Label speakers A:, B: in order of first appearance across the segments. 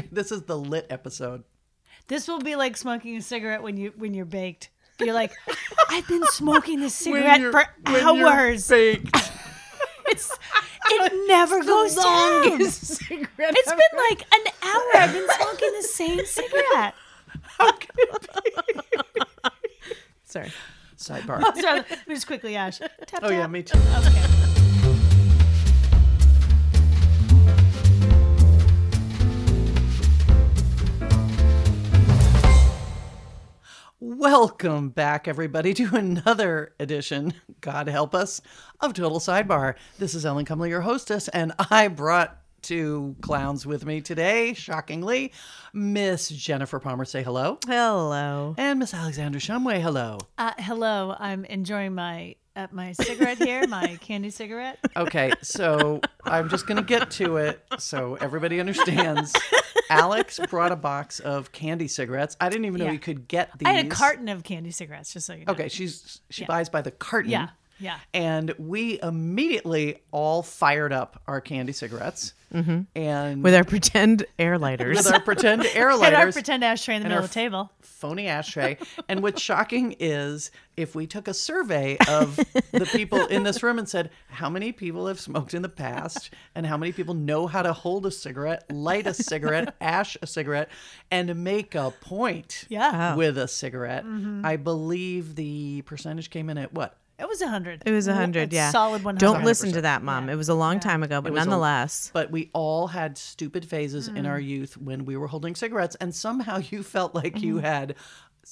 A: this is the lit episode.
B: This will be like smoking a cigarette when you when you're baked. You're like, I've been smoking this cigarette for hours.
A: baked.
B: It's it never goes down. It's
A: cigarette.
B: been like an hour. I've been smoking the same cigarette.
A: Sorry. Sidebar.
B: So let me just quickly, Ash. Tap, tap.
A: Oh yeah, me too.
B: Okay.
A: Welcome back, everybody, to another edition, God help us, of Total Sidebar. This is Ellen Cumley, your hostess, and I brought two clowns with me today, shockingly. Miss Jennifer Palmer, say hello.
C: Hello.
A: And Miss Alexandra Shumway, hello.
B: Uh, hello, I'm enjoying my uh, my cigarette here, my candy cigarette.
A: Okay, so I'm just going to get to it so everybody understands. Alex brought a box of candy cigarettes. I didn't even know
B: Yeah.
A: you could get these.
B: I had a carton of candy cigarettes, just so you know.
A: Okay, she's she buys by the carton.
B: Yeah, yeah.
A: And we immediately all fired up our candy cigarettes
B: Mm-hmm.
A: and
C: With our pretend air lighters.
A: with our pretend air
B: Had our
A: lighters,
B: pretend ashtray in the middle of the table.
A: phony ashtray. and what's shocking is if we took a survey of the people in this room and said, how many people have smoked in the past and how many people know how to hold a cigarette, light a cigarette, ash a cigarette, and make a point
B: Yeah.
A: with a cigarette, I believe the percentage came in at what?
B: It was a hundred. Mm-hmm.
C: it was a 100, yeah.
B: Solid one hundred.
C: Don't listen to that, Mom. It was a long time ago, but
A: was a-
C: nonetheless.
A: But we all had stupid phases in our youth when we were holding cigarettes, and somehow you felt like you had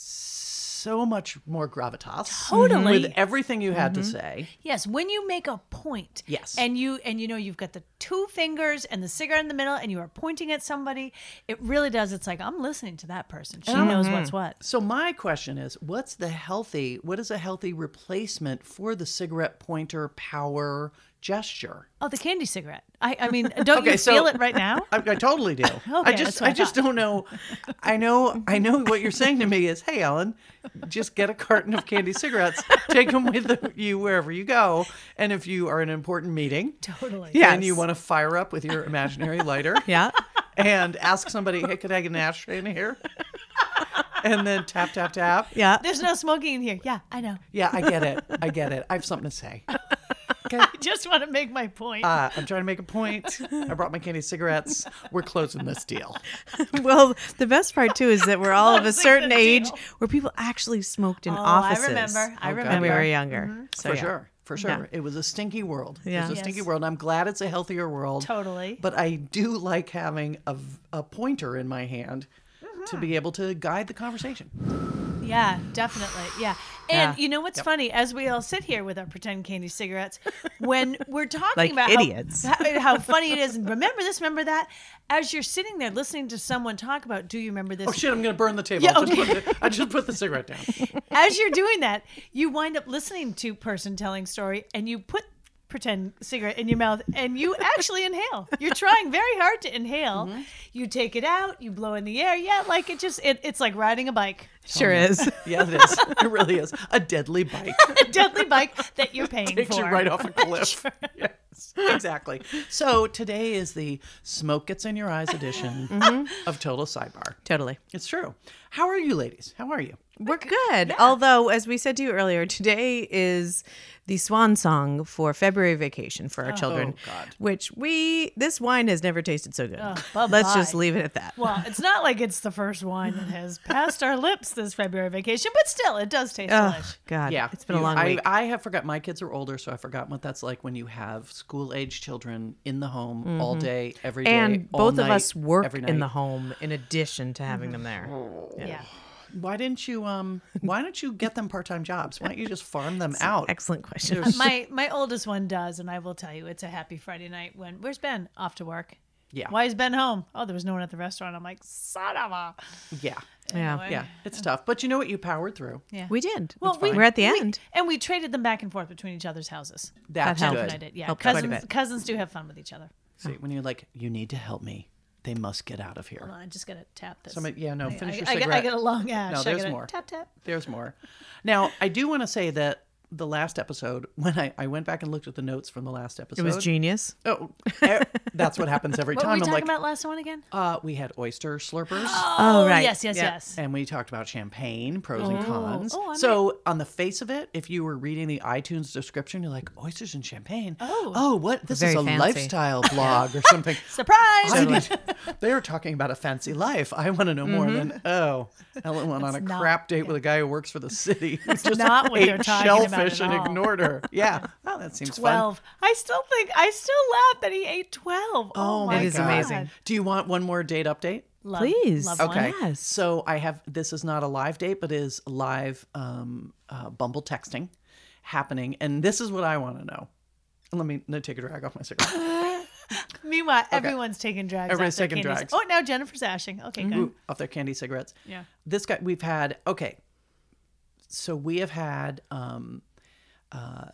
A: so much more gravitas
B: Totally.
C: e-
A: with everything you had
B: Mm-hmm.
A: to say.
B: Yes, when you make a point.
A: Yes.
B: And you and you know you've got the two fingers and the cigarette in the middle and you are pointing at somebody, it really does. It's like I'm listening to that person. She knows
C: Mm-hmm.
B: what's what.
A: So my question is, what's the healthy? What is a healthy replacement for the cigarette pointer power gesture?
B: Oh, the candy cigarette. I I mean, don't
A: Okay,
B: you
A: so-
B: feel it right now?
A: I, I totally do. I
B: Okay,
A: just
B: that's what
A: I,
B: I
A: just
B: thought.
A: don't know. I know I know what you're saying to me is, hey Ellen, just get a carton of candy cigarettes, take them with you wherever you go, and if you are in an important meeting
B: Totally.
A: and you
C: Yes.
A: want to fire up with your imaginary lighter
C: Yeah.
A: and ask somebody, hey, could I get an ashtray in here? And then tap tap tap.
C: Yeah.
B: There's no smoking in here. Yeah, I know.
A: Yeah, I get it. I get it. I have something to say. Okay.
B: I just want to make my point.
A: Uh, I'm trying to make a point. I brought my candy cigarettes. We're closing this deal.
C: well, the best part, too, is that we're all of a
B: Closing
C: certain
B: the
C: age
B: deal.
C: where people actually smoked in
B: oh,
C: offices.
B: I remember. I
A: Oh, God.
B: remember. Mm-hmm.
C: When we were younger. So,
A: for
C: yeah.
A: sure for sure it was a stinky world it
C: Yeah.
A: was a
C: Yes.
A: stinky world i'm glad it's a healthier world
B: Totally.
A: but i do like having a, v- a pointer in my hand to be able to guide the conversation
B: Yeah, definitely. Yeah. And
C: Yeah.
B: you know what's funny? As we all sit here with our pretend candy cigarettes, when we're talking
C: Like
B: about
C: idiots.
B: How, how, how funny it is and remember this, remember that, as you're sitting there listening to someone talk about, do you remember this?
A: oh shit i'm gonna burn the table
B: Yeah,
A: I, just put the, I just put the cigarette down
B: As you're doing that, you wind up listening to person telling story and you put pretend cigarette in your mouth and you actually inhale. You're trying very hard to inhale.
A: Mm-hmm.
B: You take it out, you blow in the air. Yeah, like it just it, it's like riding a bike.
C: Sure
B: Mm-hmm.
C: is.
A: yeah it is it really is a deadly bite
B: A deadly bike that you're paying
A: takes
B: for.
A: you right off a cliff yes exactly so today is the smoke gets in your eyes edition
C: Mm-hmm.
A: of total sidebar
C: Totally.
A: it's true how are you ladies how are you
C: We're good. Although, as we said to you earlier, today is the swan song for February vacation for our
B: Oh,
C: children,
A: God.
C: which we, this wine has never tasted so good.
B: bye-bye.
C: Let's just leave it at that.
B: Well, it's not like it's the first wine that has passed our lips this February vacation, but still, it does taste
C: Ugh,
B: delish.
C: God.
A: Yeah,
C: It's been a
A: you-
C: long
A: I,
C: week.
A: I have forgot. My kids are older, so I forgot what that's like when you have school age children in the home all day, every day.
C: Mm-hmm. and
A: all
C: both of
A: night,
C: us work
A: every
C: in
A: night.
C: the home in addition to having them there.
B: Yeah.
A: Why didn't you? Um, why don't you get them part time jobs? Why don't you just farm them out?
C: Excellent question.
B: My my oldest one does, and I will tell you, it's a happy Friday night when where's Ben? Off to work.
A: Yeah.
B: Why is Ben home? Oh, there was no one at the restaurant. I'm like, son of a.
A: Yeah,
C: Oh, yeah.
A: yeah, it's tough. But you know what? You powered through.
B: Yeah.
C: We did.
B: Well, we,
C: We're at the
B: we-
C: end.
B: and we traded them back and forth between each other's houses.
A: That's
C: helped.
B: And
A: good.
B: I did, yeah.
C: Helped quite a
B: cousins,
C: bit.
B: cousins do have fun with each other.
A: See, when you're like, you need to help me. They must get out of here.
B: Well, I just gotta tap this.
A: Somebody- yeah, no,
B: I,
A: finish your
B: I, I,
A: cigarette.
B: got, I got a long ash.
A: No,
B: I
A: there's
B: gotta
A: more.
B: Tap tap.
A: There's more. Now, I do want to say that the last episode when I, I went back and looked at the notes from the last episode.
C: It was genius.
A: Oh, eh, that's what happens every
B: What
A: time.
B: were
A: I'm
B: we talking
A: like,
B: about last one again?
A: uh, we had oyster slurpers.
C: Oh, right.
B: Yes, yes,
C: Yeah.
B: yes.
A: And we talked about champagne, pros and cons.
B: Oh, I
A: so on the face of it, if you were reading the iTunes description, you're like oysters and champagne.
B: Oh.
A: oh, what? This is
C: Very
A: a
C: fancy.
A: lifestyle blog or something.
B: Surprise!
A: I need- they are talking about a fancy life. I want to know more than oh, Ellen went on a
B: That's Mm-hmm. not-
A: crap date with a guy who works for the city. That's just
B: not what
A: ate
B: they're talking about
A: shellfish
B: at
A: and
B: all.
A: ignored her. Yeah, oh, that seems fun.
B: 12. I still think, I still laugh that he ate 12. Oh, my
C: It is
B: God.
C: amazing.
A: Do you want one more date update?
B: Love,
C: Please.
B: Love
A: Okay.
B: One.
C: Yes.
A: So I have this is not a live date, but is live um, uh, Bumble texting happening, and this is what I want to know. Let me let me take a drag off my cigarette.
B: Meanwhile, everyone's taking drags.
A: Everyone's
B: off their
A: taking
B: candies.
A: drags.
B: Oh, now Jennifer's ashing. Okay, good.
A: Mm-hmm. Ooh, off their candy cigarettes.
B: Yeah.
A: This guy we've had okay. So we have had um, uh,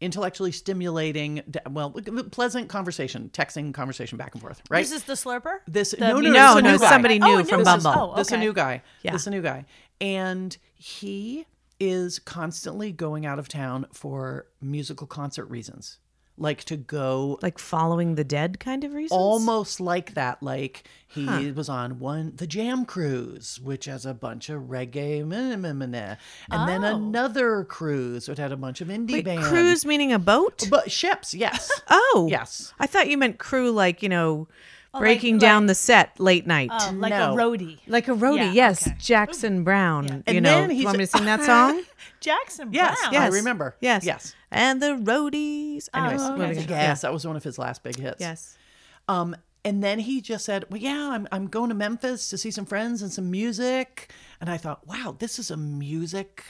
A: intellectually stimulating, d- well, pleasant conversation, texting conversation back and forth. Right.
B: This is the slurper?
A: This-
B: The
A: no, no,
B: meat-
A: no,
C: No,
A: a
C: no,
A: new guy.
C: somebody
B: Oh,
C: new
B: no,
C: from
A: this is-
C: Bumble.
B: oh,
A: This is a
B: okay.
A: new guy.
C: Yeah.
A: This is a new guy. And he is constantly going out of town for musical concert reasons. Like to go
C: Like following the dead kind of reasons.
A: almost like that. Like he was on one the Jam Cruise, which has a bunch of reggae meh, meh, meh, meh. and then
B: Oh.
A: another cruise which had a bunch of indie
C: Wait,
A: bands.
C: cruise meaning a boat?
A: but ships, yes.
C: Oh.
A: yes.
C: I thought you meant crew, like, you know,
B: like-
C: breaking down the set late night.
B: Oh, like
A: No.
B: a roadie.
C: like a roadie.
B: yeah,
C: yes.
B: okay.
C: Jackson Brown. You
A: And
C: know,
A: then
C: you
A: he's-
C: want me to sing that song?
B: Jackson
A: Yes,
B: Brown.
A: yes. I
C: Yes.
A: remember.
C: yes.
A: Yes.
C: And the roadies. Anyways,
B: okay.
C: moving on.
A: Yes, that was one of his last big hits.
C: Oh, Yes.
A: Um, and then he just said, "Well, yeah, I'm I'm going to Memphis to see some friends and some music." And I thought, "Wow, this is a music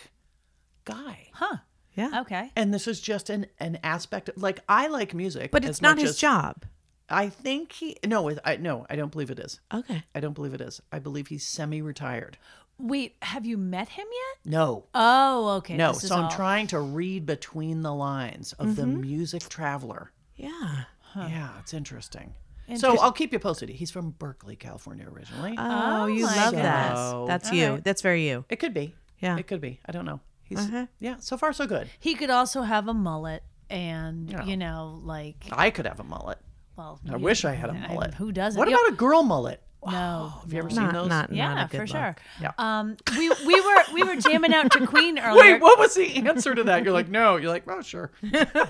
A: guy."
B: Huh.
C: Yeah.
B: Okay.
A: And this is just an an aspect of, like I like music,
C: But
A: as
C: it's not
A: much
C: his
A: as-
C: job.
A: I think he no, it- I no, I don't believe it is.
C: Okay.
A: I don't believe it is. I believe he's semi-retired.
B: Wait, have you met him yet?
A: No.
B: Oh, okay.
A: No,
B: this is
A: so I'm
B: all- Mm-hmm.
A: trying to read between the lines of the music traveler.
C: Yeah.
A: Yeah, it's interesting. So I'll keep you posted. He's from Berkeley, California originally.
B: Uh,
C: Oh, you
B: my
C: love
A: goodness.
C: that. That's
B: All
C: you.
B: right.
C: That's very you.
A: It could be.
C: Yeah.
A: It could be. I don't know. He's
C: Uh-huh.
A: yeah. So far, so good.
B: He could also have a mullet and,
A: Yeah.
B: you know, like,
A: I could have a mullet.
B: well.
A: I wish I had a
B: I-
A: mullet.
B: who doesn't?
A: What
B: You-
A: about a girl mullet?
B: No.
A: Have you ever seen
C: Not,
A: those?
C: not,
B: Yeah,
C: not a good
B: for sure.
C: look.
A: Yeah.
B: Um, we we were we were jamming out to Queen earlier.
A: Wait, what was the answer to that? You're like, no. You're like, oh, sure.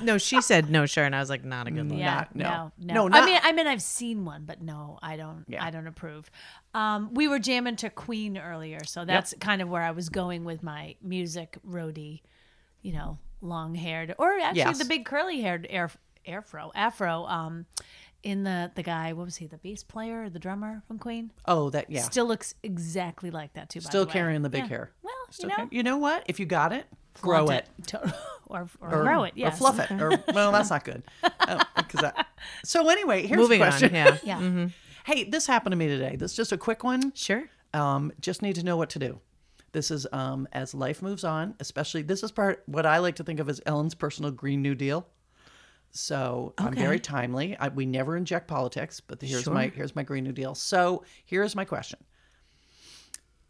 C: No, she said no, sure. And I was like, not a good look.
B: Yeah,
A: Not- no.
B: no,
A: No,
B: I
A: not-
B: mean, I mean, I've seen one, but no, I don't.
A: Yeah.
B: I don't approve. Um, we were jamming to Queen earlier, so that's kind of where I was going with my music roadie. You know, long haired, or actually
A: Yes.
B: the big curly haired air airfro afro. Um, in the the guy, what was he? The bass player, the drummer from Queen,
A: Oh, that yeah. Still,
B: still looks exactly like that too. by the way.
A: carrying the big hair.
B: Well,
A: Still
B: you know,
A: carry- you know what? If you got it, grow
B: flaunt
A: it.
B: To- or, or, grow it, yes.
A: Or fluff it. Or well, that's not good. Oh, 'cause that- so anyway, here's
C: Moving
A: the
C: on.
A: question.
C: Yeah.
B: Yeah.
A: Mm-hmm. Hey, this happened to me today. This is just a quick one.
C: Sure.
A: um, just need to know what to do. This is um, as life moves on, especially this is part what I like to think of as Ellen's personal Green New Deal. So I'm very timely. I, we never inject politics, but here's my here's my Green New Deal. So here's my question: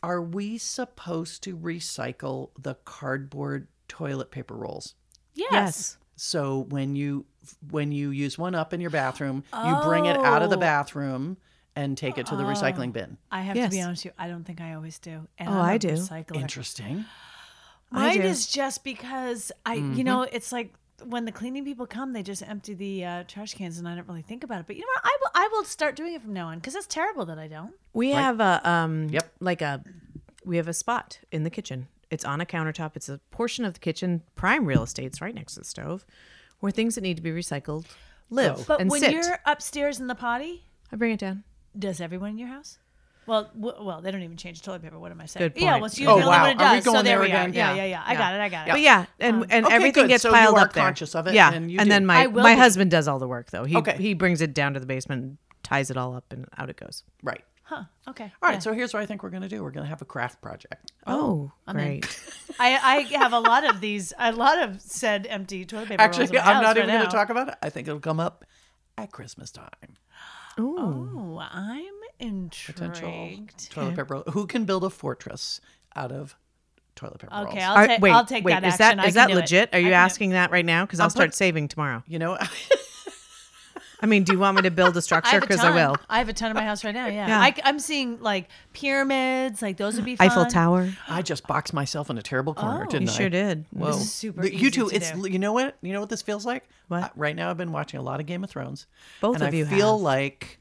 A: Are we supposed to recycle the cardboard toilet paper rolls?
B: yes.
C: Yes.
A: So when you when you use one up in your bathroom, you bring it out of the
B: Oh.
A: bathroom and take it to the recycling bin.
B: I have to be
C: Yes.
B: honest with you. I don't think I always do. And
C: Oh,
B: I'm
C: I
B: a
C: do.
B: recycler.
A: Interesting.
C: I
B: Mine
C: do.
B: is just because I,
A: Mm-hmm.
B: you know, it's like when the cleaning people come, they just empty the uh, trash cans, and I don't really think about it. But you know what? I will, I will start doing it from now on because it's terrible that I don't.
C: We have a um
A: Yep.
C: like a we have a spot in the kitchen. It's on a countertop. It's a portion of the kitchen, prime real estate, it's right next to the stove, where things that need to be recycled live
B: But
C: and
B: when
C: sit.
B: you're upstairs in the potty,
C: I bring it down.
B: does everyone in your house? Well, w- well, they don't even change toilet paper. What am I saying?
C: Good
B: Yeah,
C: point.
B: well, so you're
A: Oh,
B: the only
A: wow.
B: one who
A: Are we
B: does. so
A: going
B: there,
A: there
B: we are.
A: again?
B: Yeah,
A: Yeah.
B: yeah, yeah. I got it. I got it.
C: But yeah, and and
A: Um, okay,
C: everything
A: good.
C: gets
A: So you
C: piled
A: are
C: up there.
A: conscious of it,
C: yeah,
A: and you do.
C: then
B: I
C: my
B: will
C: my
B: be.
C: husband does all the work though. He
A: Okay.
C: he brings it down to the basement, ties it all up, and out it goes.
A: Right.
B: Huh. Okay.
A: All right, so here's what I think we're going to do. We're going to have a craft project.
C: Oh,
B: in.
C: great!
B: I, I have a lot of these, a lot of said empty toilet paper. rolls in
A: Actually,
B: my
A: I'm
B: house
A: not
B: right
A: even going
B: now.
A: to talk about it. I think it'll come up at Christmas time.
C: Ooh,
B: Oh, I'm intrigued.
A: Potential toilet paper. Who can build a fortress out of toilet paper rolls.
B: Okay, I'll,
C: Are-
B: ta-
C: wait,
B: I'll take
C: wait,
B: that
C: is
B: action.
C: that
B: I
C: is
B: can
C: that
B: do it.
C: legit? Are
B: I
C: you
B: can do it.
C: asking that right now? Because I'll
A: I'll
C: start
A: put-
C: saving tomorrow.
A: You know,
C: I mean, do you want me to build a
B: I
C: structure?
B: have a
C: Because
B: ton.
C: I will.
B: I have a ton in my house right now. Yeah,
C: Yeah.
B: I, am seeing like pyramids. Like those would be fun.
C: Eiffel Tower.
A: I just boxed myself in a terrible corner,
B: Oh.
A: didn't
C: You
A: I?
C: sure did.
A: Whoa.
B: is super
A: The- you
B: easy
A: two,
B: to
A: it's
B: do.
A: you know what? You know what this feels like?
C: What?
A: Uh, right now I've been watching a lot of Game of Thrones.
C: Both
A: and
C: of
A: I
C: you
A: feel
C: have.
A: like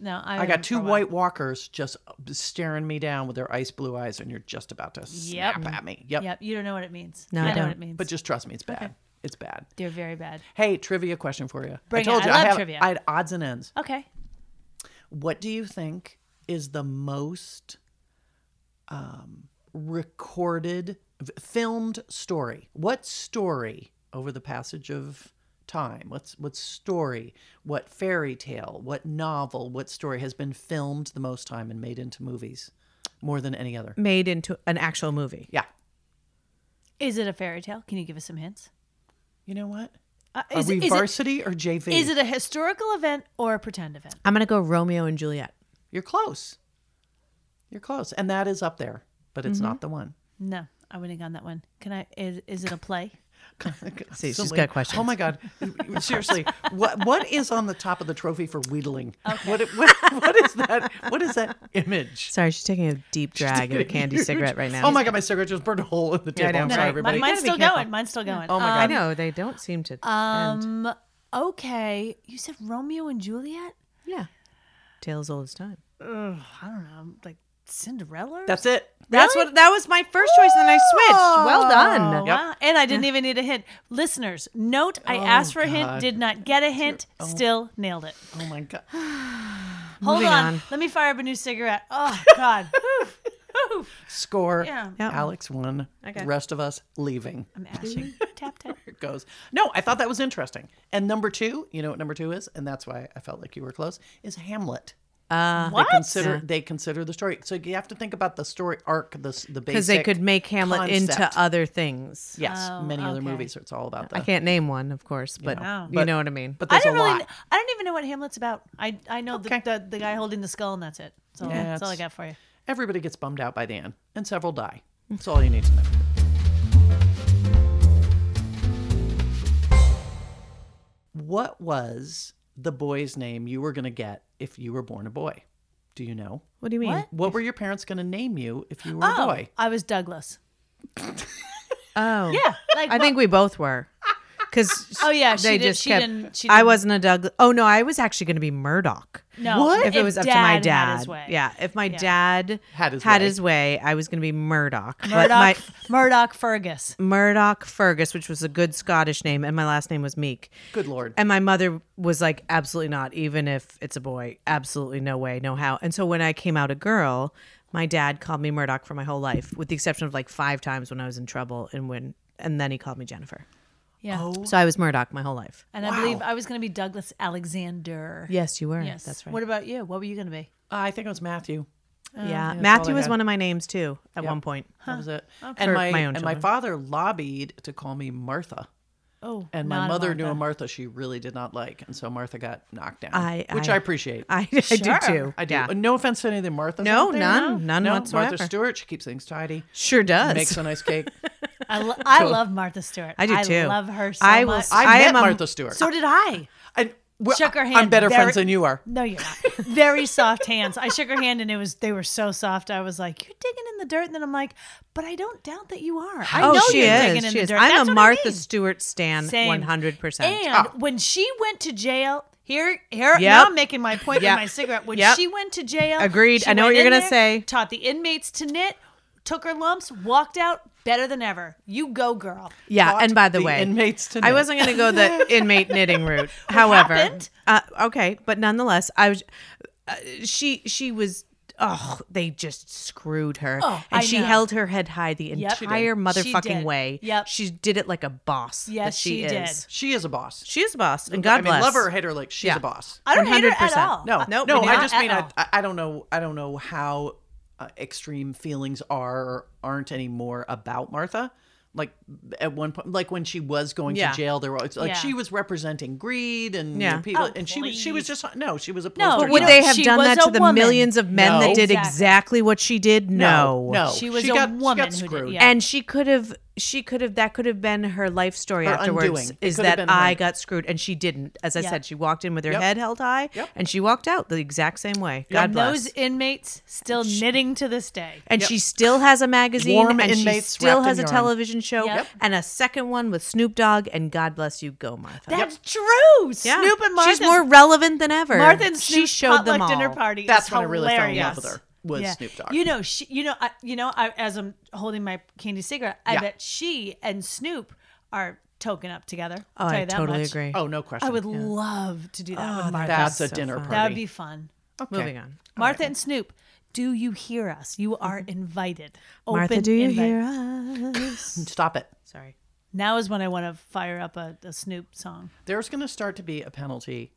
B: No, I,
A: I
B: haven't
A: got two
B: for a while.
A: white walkers just staring me down with their ice blue eyes and you're just about to
B: Yep.
A: snap at me. Yep.
B: Yep, you don't know what it means.
C: No,
B: I,
C: I
B: know
C: don't.
B: what it means.
A: But just trust me, it's bad. It's bad.
B: they're very bad.
A: Hey, trivia question for you.
B: Bring
A: I
B: it.
A: told
B: I
A: you
B: love
A: have
B: trivia.
A: I had odds and ends.
B: Okay.
A: What do you think is the most um, recorded, v- filmed story? What story over the passage of time? What's what story? What fairy tale? What novel? What story has been filmed the most time and made into movies more than any other?
C: Made into an actual movie.
A: Yeah.
B: Is it a fairy tale? Can you give us some hints?
A: You know what?
B: Uh,
A: Are
B: is,
A: we
B: is it,
A: varsity or JV?
B: is it a historical event or a pretend event?
C: I'm gonna go Romeo and Juliet.
A: You're close. You're close, and that is up there, but it's
C: Mm-hmm.
A: not the one.
B: No, I wouldn't have gone that one. Can I? Is, is it a play?
C: See, she's
A: Silly.
C: got questions.
A: Oh my god! Seriously, what what is on the top of the trophy for wheedling? What, what what is that? What is that image?
C: Sorry, she's taking a deep drag of a candy cigarette right now.
A: Oh my god! My cigarette just burned a hole in the
C: I
A: table.
C: know,
A: I'm
C: right?
A: sorry,
C: My-
A: everybody.
B: mine's
C: You gotta
B: still
C: be careful.
B: going. Mine's still going.
A: oh my
C: I
A: god!
C: know they don't seem to. end.
B: Um. Okay. You said Romeo and Juliet.
C: Yeah, tales old as time.
B: Ugh, I don't know. Like Cinderella.
A: That's it.
C: That's what. That was my first choice, and then I switched. Well done.
B: Oh, wow. And I didn't even need a hint. Listeners, note I asked for a hint,
A: Oh God.
B: did not get a hint, still nailed it.
A: Oh my god!
B: Hold
C: Moving
B: on.
C: on.
B: Let me fire up a new cigarette. Oh, God. Oof. Oof.
A: Score.
B: Yeah.
C: Yep.
A: Alex won.
C: Okay.
A: Rest of us leaving.
B: I'm ashing. tap, tap.
A: It goes. No, I thought that was interesting. And number two, you know what number two is, and that's why I felt like you were close. Is Hamlet.
C: Uh,
B: What?
A: consider they consider the story. So you have to think about the story arc, the s- the basic
C: because they could make Hamlet into
A: concept.
C: other things.
A: yes,
B: Oh,
A: many other
B: okay.
A: movies. So it's all about
C: I
A: that.
C: can't name one, of course, but
B: Wow.
C: you
A: But-
C: know what I mean.
A: But
B: I
A: there's a
B: don't really.
A: lot.
B: I don't even know what Hamlet's about. I I know
A: Okay.
B: the, the the guy holding the skull and that's it. That's all,
A: Yeah,
B: that's all I
A: it's-
B: got for you.
A: Everybody gets bummed out by the end, and several die.
C: Mm.
A: That's all you need to know. What was the boy's name you were going to get if you were born a boy? Do you know?
C: what do you mean?
B: What?
A: What were your parents going to name you if you were a
B: Oh,
A: boy?
B: I was Douglas.
C: Oh,
B: Yeah, like
C: I think we both were, because
B: Oh, yeah, she
C: they
B: did-
C: just
B: she
C: kept.
B: didn't- she
C: I
B: didn't-
C: wasn't a Douglas. Oh no, I was actually going to be Murdoch.
B: no.
A: What?
C: If, it was up to my
B: had his
C: dad,
B: way.
C: yeah. If my dad
A: Had his way.
C: way, I was going to be Murdoch. but
B: Murdoch,
C: my-
B: Murdoch Fergus.
C: Murdoch Fergus, which was a good Scottish name, and my last name was Meek.
A: Good lord.
C: And my mother was like, absolutely not, even if it's a boy, absolutely no way, no how. And so when I came out a girl, my dad called me Murdoch for my whole life, with the exception of like five times when I was in trouble and when and then he called me Jennifer.
B: Yeah.
C: So I was Murdoch my whole life.
B: And I believe I was going to be Douglas Alexander.
C: Yes, you were.
B: Yes.
C: That's right.
B: What about you? What were you going to be?
A: I think it was Matthew.
C: yeah.
A: all I
C: Matthew was
A: had.
C: one of my names too at one point.
A: That was it. And
C: For
A: my,
C: my own
A: and my
C: children.
A: father lobbied to call me Martha.
B: Oh,
A: And my
B: not a
A: mother knew a
B: Martha.
A: Martha she really did not like, and so Martha got knocked down,
C: I-
A: which I,
C: I-
A: appreciate. I,
C: I, I do too.
A: do.
C: Yeah.
A: No offense to any of the Marthas.
C: No,
A: out there,
C: none.
A: no?
C: None
A: no,
C: whatsoever.
A: Martha Stewart, she keeps things tidy,
C: Sure does.
A: makes a nice cake.
B: I, lo- I love Martha Stewart.
C: I do too.
B: I love her so
C: I will
B: much.
C: s-
A: I,
C: I
A: met
C: am a-
A: Martha Stewart.
B: so did I.
A: I well,
B: Shook her
A: I'm
B: hand
A: better
B: very-
A: friends than you are.
B: No, you're not. Very soft hands. I shook her hand and it was they were so soft. I was like, "You're digging in the dirt," and then I'm like, "But I don't doubt that you are. I
C: oh,
B: know
C: she
B: you're
C: is.
B: digging in
C: She
B: the
C: is.
B: dirt."
C: I'm
B: That's
C: a
B: what
C: Martha
B: I mean.
C: Stewart stan
B: Same.
C: 100%.
A: Ah.
B: And when she went to jail, here, here, now
C: Yep.
B: I'm making my point
C: Yep.
B: with my cigarette. When
C: Yep.
B: she went to jail,
C: Agreed.
B: she
C: I know
B: went
C: what you're
B: in
C: gonna
B: there,
C: say.
B: Taught the inmates to knit, took her lumps, walked out better than ever. You go, girl.
C: Yeah, and by the,
A: the
C: way,
A: inmates to
C: I
A: knit.
C: wasn't going to go the inmate knitting route. However,
B: happened?
C: uh, okay, but nonetheless, I was. Uh, she she was. Oh, they just screwed her, and
B: Oh, I
C: she
B: know.
C: held her head high the
B: Yep. She did.
C: entire motherfucking
B: did.
C: way.
B: Yep.
C: she did it like a boss.
B: Yes,
C: that she,
B: she did.
C: is.
A: She is a boss.
C: She is a boss, and God
A: I mean,
C: bless.
A: love her or hate her, like she's
C: Yeah.
A: a boss.
B: I don't hate her at
C: 100%.
B: all.
A: No,
C: Uh,
A: no,
C: nope,
A: no.
C: we
A: I
C: do
A: just
B: not
A: mean
B: at
A: I,
B: all.
A: I I don't know. I don't know how uh, extreme feelings are or aren't anymore about Martha. like at one point like when she was going
C: Yeah.
A: to jail there were like
B: Yeah.
A: she was representing greed and you know,
C: Yeah.
A: people
B: Oh,
A: and she was she was
B: please.
A: just no she was a
B: No,
A: poster
B: But you
C: Would
A: child.
B: know,
C: they have
B: she
C: done
B: was
C: that
B: a
C: to the
B: woman.
C: millions of men
A: No.
C: that did
B: Exactly.
C: exactly what she did? No.
A: no
B: She was a
A: got,
B: woman who
A: she got
B: did-
A: screwed
B: yeah.
C: And she could have she could have that could have been her life story
A: Her
C: afterwards
A: undoing. It
C: is
A: could have
C: that
A: been her-
C: I got screwed and she didn't. As I
B: Yeah.
C: said, she walked in with her
A: Yep.
C: head held high
A: Yep.
C: and she walked out the exact same way. God
B: And
C: bless.
B: those inmates still knitting to this day.
C: and she still has a magazine
A: Warm
C: and she
A: inmates
C: still
A: wrapped
C: has a
A: in yarn.
C: television show
B: Yep. Yep.
C: and a second one with Snoop Dogg and God bless you go Martha.
B: That's true.
C: Yeah.
B: Snoop and Martha.
C: She's more relevant than ever.
B: Martha and
C: she
B: Snoop's
C: showed them
B: potluck
C: all.
B: dinner party.
A: that's
B: is
A: when i really fell in love
B: hilarious.
A: with her was snoop dogg
B: You know, she, you know, I, you know. I, as I'm holding my candy cigarette, I
A: Yeah.
B: bet she and Snoop are token up together. Tell
C: Oh, I
B: you that
C: totally
B: much.
C: agree.
A: oh no question
B: I would love to do that with Martha.
A: that's a
C: so
A: dinner
C: fun.
A: party
B: that would be fun.
A: Okay.
C: Moving on.
B: Martha and Snoop, do you hear us? You are invited.
C: Mm-hmm. Martha,
B: Open
C: do you
B: invite.
C: hear us?
A: stop it
C: Sorry.
B: Now is when I want to fire up a, a Snoop song.
A: there's going to start to be a penalty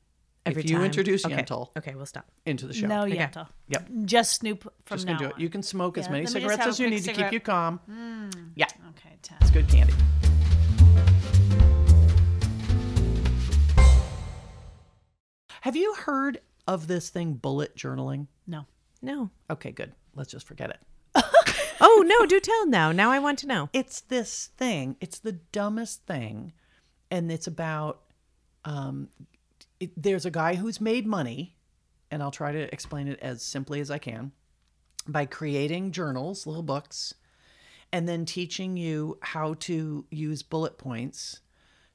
C: Every
A: if you
C: time.
A: introduce
C: okay.
A: Yentl
C: Okay, we'll stop.
A: into the show
B: No,
C: Okay.
B: Yenta.
A: Yep.
B: Just Snoop from
A: just
B: now
A: gonna do it
B: on.
A: you can smoke as
B: Yeah,
A: many
B: let me just
A: cigarettes
B: have a
A: as you
B: quick
A: need to keep
B: cigarette. Hmm. Oh.
A: you calm yeah
B: Okay, Tess.
A: it's good candy have you heard of this thing bullet journaling
B: No.
C: No.
A: okay good let's just forget it
C: Oh no, do tell now. Now I want to know.
A: it's this thing it's the dumbest thing and it's about um it, there's a guy who's made money and i'll try to explain it as simply as i can by creating journals little books and then teaching you how to use bullet points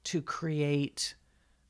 A: to create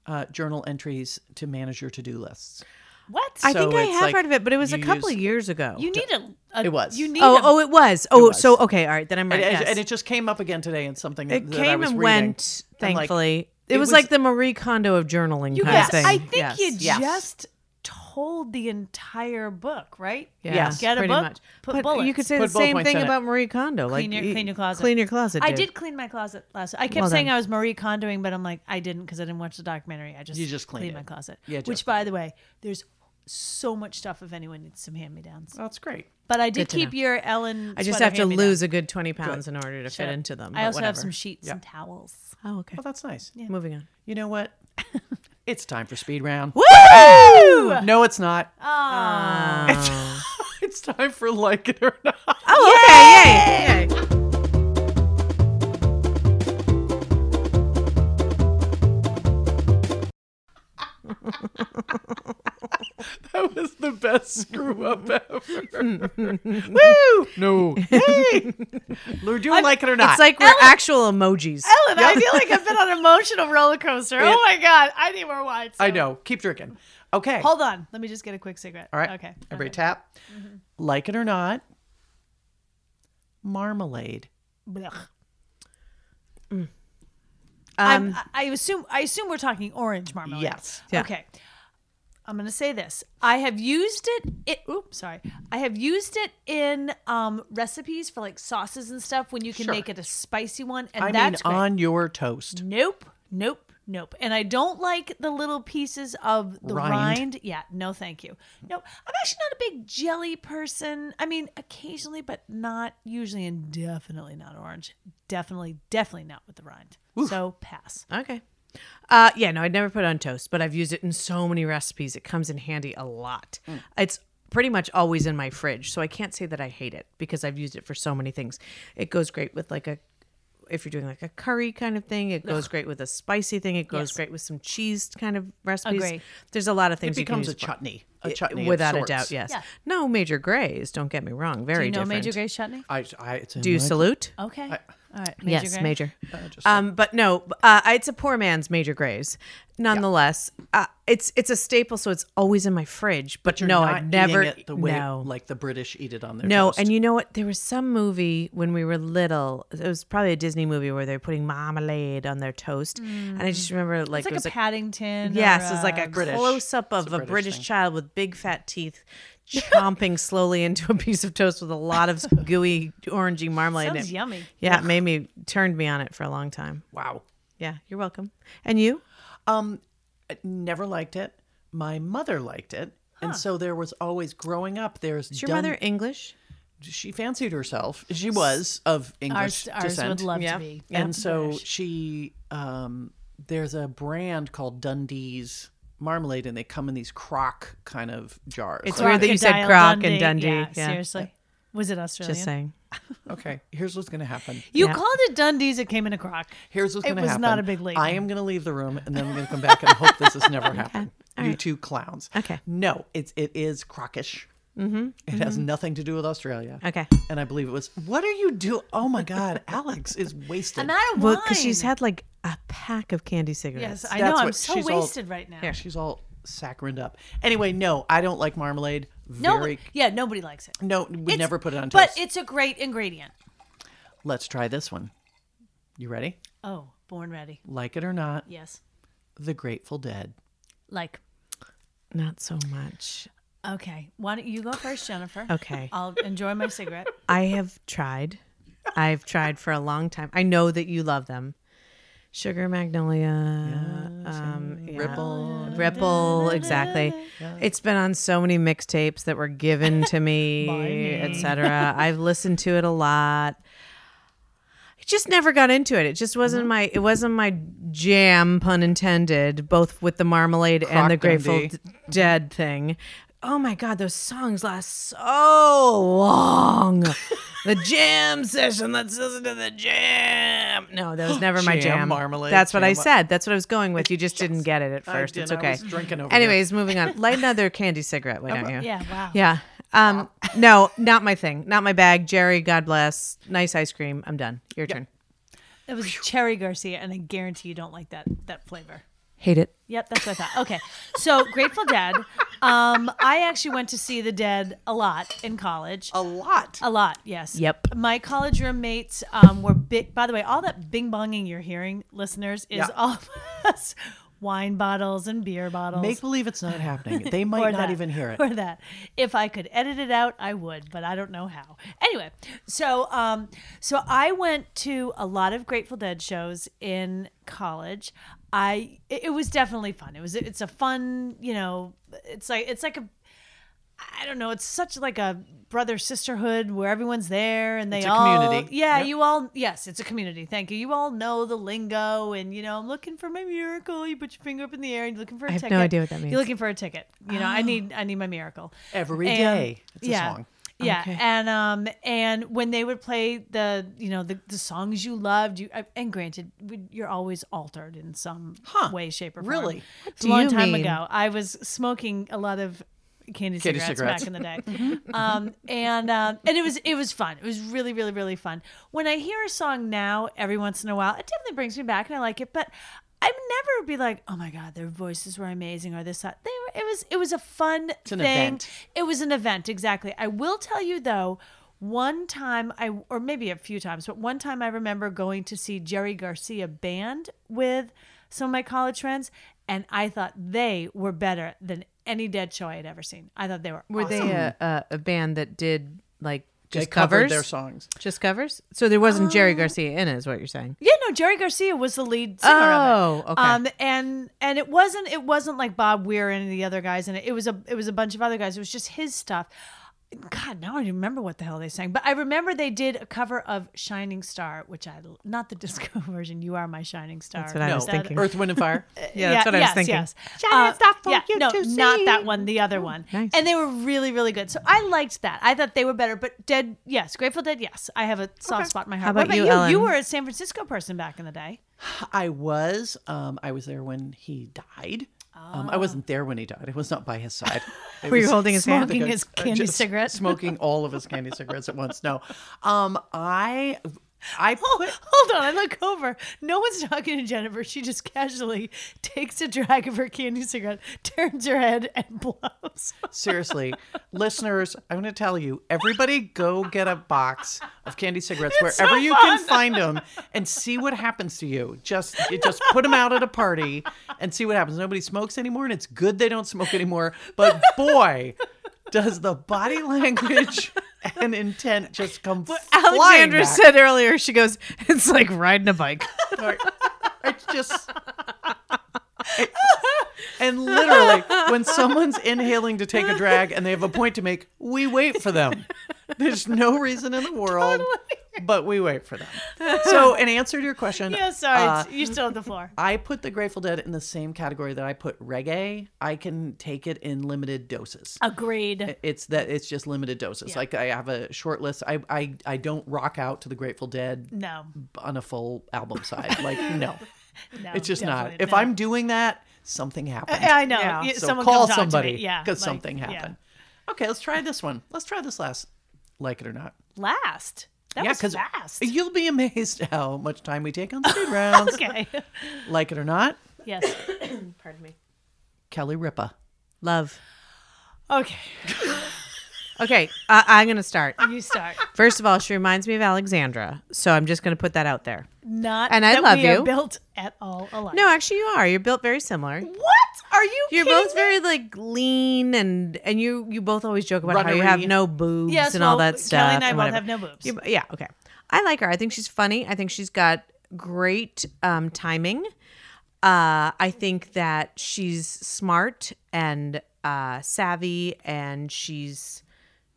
A: uh, journal entries to manage your to-do lists
B: What?
C: I think
A: So
C: I
A: it's
C: have
A: like
C: heard of it, but it was a
A: you
C: couple
A: use-
C: of years ago.
B: you need a, a.
A: It was.
B: You need
C: oh,
B: a,
C: oh, it was. Oh,
A: was.
C: so okay, all right. Then I'm right.
A: and,
C: yes.
A: and it just came up again today in something
C: It
A: that I
C: came
A: was
C: and
A: reading.
C: went.
A: And, like,
C: Thankfully, it,
A: it
C: was,
A: was-
C: like the Marie Kondo of journaling
B: You
C: kind
B: guys,
C: of thing.
B: I think
C: Yes.
B: you
A: Yes.
B: just told the entire book, right?
C: Yeah,
A: Yes,
B: Get a
C: pretty
B: book.
C: much.
B: Put
C: But
B: bullets.
C: you could say
A: Put
C: the
A: bullet
C: same
A: points
C: thing
A: in it.
C: about Marie Kondo. like
B: Clean your-
C: you-
B: clean your closet.
C: Clean your closet.
B: I
C: dude.
B: did clean my closet last. I kept
C: Well
B: saying
C: done.
B: I was Marie Kondoing, but I'm like I didn't because I didn't watch the documentary. I just
A: You just cleaned
B: cleaned
A: it.
B: my closet.
A: Yeah,
B: Which,
A: just-
B: by the way, there's so much stuff if anyone needs some hand me downs.
A: that's great
B: But I did
C: to know.
B: keep your Ellen.
C: I just
B: sweater
C: have to
B: hand-me-down.
C: lose a good twenty pounds in order to
B: Sure.
C: fit into them.
B: I
C: but
B: also have
C: whatever.
B: some sheets and towels.
C: Oh, okay.
A: well that's nice
C: Moving on.
A: You know what? it's time for speed round.
B: Woo!
A: No, it's not.
C: Oh.
A: It's time for like it or not.
C: Oh, okay. Yay. Yay.
A: That was the best screw up ever. Woo! No. Hey! We're doing like it or not.
C: It's like we're actual emojis.
B: Ellen, I feel like I've been on an emotional roller coaster. oh my god, I need more wine.
A: I
B: so-
A: know. Keep drinking. Okay.
B: Hold on, let me just get a quick cigarette.
A: All right.
B: Okay.
A: Every
B: okay.
A: tap. Like it or not. Marmalade.
B: Blech.
C: Um,
B: I'm- I, I assume I assume we're talking orange marmalade.
A: Yes.
C: Yeah.
B: Okay. I'm gonna say this. I have used it. It. Oops, sorry. I have used it in um, recipes for like sauces and stuff when you can
A: Sure.
B: make it a spicy one, and
A: I mean,
B: that's great. Mm-hmm.
A: on your toast.
B: Nope, nope, nope. And I don't like the little pieces of the rind.
A: Rind.
B: Yeah, no, thank you. No, I'm actually not a big jelly person. I mean, occasionally, but not usually, and definitely not orange. Definitely, definitely not with the rind. So pass.
C: Okay. Uh, yeah, no, I'd never put it on toast, but I've used it in so many recipes. It comes in handy a lot. It's pretty much always in my fridge, so I can't say that I hate it because I've used it for so many things. It goes great with like a if you're doing like a curry kind of thing, it goes great with a spicy thing. It goes
B: Yes.
C: great with some cheese kind of recipes.
B: Agree.
C: There's a lot of
A: It
C: things you can
A: becomes a
C: use it for.
A: chutney. A chutney. of
C: without a
A: sorts.
C: doubt. Yes.
B: Yeah.
C: No major grays. Don't get me wrong. Very
B: you know
C: different.
B: Major Grace Chutney?
A: I, I, it's in
C: Do you
A: my-
C: salute?
B: Okay. All right. Major
C: yes,
B: Grey?
C: major.
A: Uh, just
C: Um, but no, uh, it's a poor man's major graves. Nonetheless, uh, it's it's a staple, so it's always in my fridge. But,
A: You're
C: no,
A: not
C: I've never
A: eating it the way
C: no
A: like the British eat it on their
C: no.
A: toast.
C: And you know what? There was some movie when we were little. It was probably a Disney movie where they were putting marmalade on their toast, and I just remember like
B: It's like
C: it was
B: a Paddington.
C: Yes,
B: or
C: it's like a
A: British.
C: close up of
A: a
C: a,
A: British
C: British
A: thing.
C: child with big fat teeth chomping slowly into a piece of toast with a lot of gooey orangey marmalade. in
B: Sounds
C: it.
B: yummy.
C: Yeah, it made me turned me on it for a long time.
A: wow.
C: Yeah, you're welcome. And you?
A: Um, I never liked it. My mother liked it, and so there was always growing up. There's
C: Is your
A: dumb-
C: mother English?
A: she fancied herself. She was of English
B: Ours, ours
A: descent.
B: would love
C: Yeah.
B: to be.
A: and so she um there's a brand called Dundee's marmalade and they come in these crock kind of jars.
C: It's weird that you said
B: Crocodile
C: Croc and Dundee.
B: Yeah,
C: Yeah.
B: seriously. Was it Australian?
C: Just saying.
A: okay, here's what's going to happen.
B: You
C: Yeah.
B: called it Dundee's. It came in a crock.
A: Here's what's
B: It
A: going to
B: was
A: happen.
B: not a big leap.
A: I am going to leave the room and then I'm going to come back and hope this has never happened. You two clowns.
C: Okay.
A: No, it's it is crockish. Mm-hmm. It has nothing to do with Australia.
C: Okay.
A: And I believe it was. What are you doing? Oh my God, Alex is wasted.
B: out of
C: Well, because she's had like a pack of candy cigarettes.
B: Yes, I
A: That's
B: know. I'm
A: what
B: so
A: she's all-
B: wasted right now.
A: She's all saccharined up. Anyway, no, I don't like marmalade.
B: No,
A: Very
B: yeah, nobody likes it.
A: no, we
B: It's-
A: never put it on
B: But
A: toast.
B: it's a great ingredient.
A: Let's try this one. You ready?
B: Oh, born ready.
A: Like it or not,
B: Yes,
A: The Grateful Dead.
B: like.
C: Not so much.
B: Okay, why don't you go first, Jennifer?
C: Okay.
B: I'll enjoy my cigarette.
C: I have tried. I've tried for a long time. I know that you love them. Sugar Magnolia, um, yeah.
A: Ripple.
C: Ripple, exactly. It's been on so many mixtapes that were given to me, etc. I've listened to it a lot. I just never got into it. It just wasn't my it wasn't my jam, pun intended, both with the marmalade
A: Croc
C: and the Grateful
A: Dundee.
C: D- Dead thing. Oh my god, those songs last so long. the jam session. Let's listen to the jam. No, that was never my
A: Jam,
C: jam.
A: marmalade,
C: That's what I
A: jam.
C: said. That's what I was going with. You just didn't get it at
A: I
C: first. It's
A: didn't. I
C: okay.
A: was drinking over here.
C: Anyways, moving on. Light another candy cigarette, why don't you?
B: Yeah, wow.
C: Yeah. Um, no, not my thing. Not my bag. Jerry, God bless. Nice ice cream. I'm done. Your turn.
B: It was Cherry Garcia, and I guarantee you don't like that that flavor.
C: Hate it.
B: Yep, that's what I thought. Okay, so Grateful Dead. Um, I actually went to see the Dead a lot in college.
A: A lot.
B: A lot, yes.
C: Yep.
B: My college roommates um, were big. By the way, all that bing bonging you're hearing, listeners, is
A: Yeah.
B: all of us wine bottles and beer bottles.
A: Make believe it's not happening. They might
B: or
A: not
B: that,
A: even hear it.
B: Or that. If I could edit it out, I would, but I don't know how. Anyway, so um, so I went to a lot of Grateful Dead shows in college. I it, it was definitely fun. It was it's a fun, you know, it's like it's like a I don't know. It's such like a brother sisterhood where everyone's there and they
A: a
B: all
A: community.
B: yeah
A: Yep.
B: you all yes it's a community thank you you all know the lingo and you know I'm looking for my miracle you put your finger up in the air and you're looking for a
C: I have no
B: ticket
C: idea what that means. Oh.
B: you're looking for a ticket you know I need I need my miracle
A: Every
B: And-
A: day. It's
B: yeah
A: a song.
B: yeah
C: Okay.
B: and um and when they would play the you know the, the songs you loved you uh, and granted we- you're always altered in some
A: Huh.
B: way shape or form
A: Really?
B: it's
C: do
B: a long
C: you
B: time
C: mean?
B: ago. I was smoking a lot of candy,
A: Candy
B: cigarettes,
A: cigarettes.
B: back in the day, um, and um, and it was it was fun. It was really really really fun. When I hear a song now, every once in a while, it definitely brings me back, and I like it. But I would never be like, oh my god, their voices were amazing, or this that. They were. It was it was a fun
A: an
B: thing.
A: event.
B: It was an event exactly. I will tell you though. One time I or maybe a few times, but one time I remember going to see Jerry Garcia band with some of my college friends, and I thought they were better than any Dead show I had ever seen. I thought they were.
C: Were
B: awesome.
C: they a, a, a band that did like
A: They
C: just
A: covered
C: covers?
A: their songs.
C: Just covers? So there wasn't Jerry Garcia in it, is what you're saying.
B: Yeah, no, Jerry Garcia was the lead singer. of it.
C: Oh, okay.
B: Um, and and it wasn't it wasn't like Bob Weir and the other guys in it. It was a it was a bunch of other guys. It was just his stuff. God, now I don't remember what the hell they sang, but I remember they did a cover of "Shining Star," which I not the disco version. You are my shining star.
C: That's what I
A: No,
C: was thinking.
A: Earth, Wind, and Fire.
C: Yeah, that's what I was
B: yes,
C: thinking. Uh,
B: Yes.
C: Shining star for you
B: Uh, no,
C: to
B: not
C: see. Oh,
B: that one. The other one.
C: nice.
B: And they were really, really good. So I liked that. I thought they were better. But Dead, yes, Grateful Dead, yes. I have a soft spot in my heart.
C: about
B: what
C: you,
B: about you? You
C: Ellen?
B: were a San Francisco person back in the day.
A: I was. Um, I was there when he died. Um, I wasn't there when he died. I was not by his side. It
C: Were you
A: was
C: holding his hand?
B: Smoking his
A: uh,
B: candy
A: just
B: cigarette.
A: Smoking all of his candy cigarettes at once. No, um, I, I put.
B: Hold on, I look over. No one's talking to Jennifer. She just casually takes a drag of her candy cigarette, turns her head, and blows.
A: Seriously, listeners, I'm going to tell you everybody go get a box of candy cigarettes wherever
B: so
A: you can find them and see what happens to you. Just you just put them out at a party and see what happens. Nobody smokes anymore and it's good they don't smoke anymore, but boy, does the body language and intent just come flying
C: Alexandra
A: back.
C: said earlier, she goes, it's like riding a bike.
A: Like, It's just. and literally, when someone's inhaling to take a drag and they have a point to make, we wait for them. There's no reason in the world, but we wait for them. So, in answer to your question,
B: Yeah, sorry.
A: uh,
B: it's- you're still on the floor.
A: I put the Grateful Dead in the same category that I put reggae. I can take it in limited doses.
B: Agreed.
A: It's that it's just limited doses.
B: Yeah.
A: Like I have a short list. I, I I don't rock out to the Grateful Dead
B: No,
A: on a full album side. Like no,
B: no.
A: it's just not.
B: definitely
A: If
B: no.
A: I'm doing that, something happened.
B: I I know.
C: Yeah.
B: Yeah,
A: so
B: someone
A: call
B: comes on to me.
A: somebody
B: Yeah,
A: because
B: like,
A: something
B: yeah.
A: happened. Okay, let's try this one. Let's try this last. Like it or not.
B: Last. That
A: yeah,
B: was
A: because
B: fast.
A: you'll be amazed how much time we take on speed rounds.
B: okay.
A: Like it or not,
B: yes.
C: Pardon me.
A: Kelly Ripa.
C: Love.
B: Okay.
C: Okay, I I'm gonna start.
B: You start.
C: First of all, she reminds me of Alexandra, so I'm just gonna put that out there.
B: Not
C: And I
B: that
C: love
B: we are
C: you.
B: built at all alike.
C: No, actually, you are. You're built very similar.
B: What are you?
C: You're
B: kidding
C: both
B: me?
C: very like lean and and you you both always joke about how you
A: Runnery.
C: have no boobs
B: Yes,
C: and all
B: well,
C: that
B: Kelly
C: stuff.
B: and I both
C: whatever.
B: have no boobs.
C: You- yeah, okay. I like her. I think she's funny. I think she's got great um, timing. Uh, I think that she's smart and uh, savvy, and she's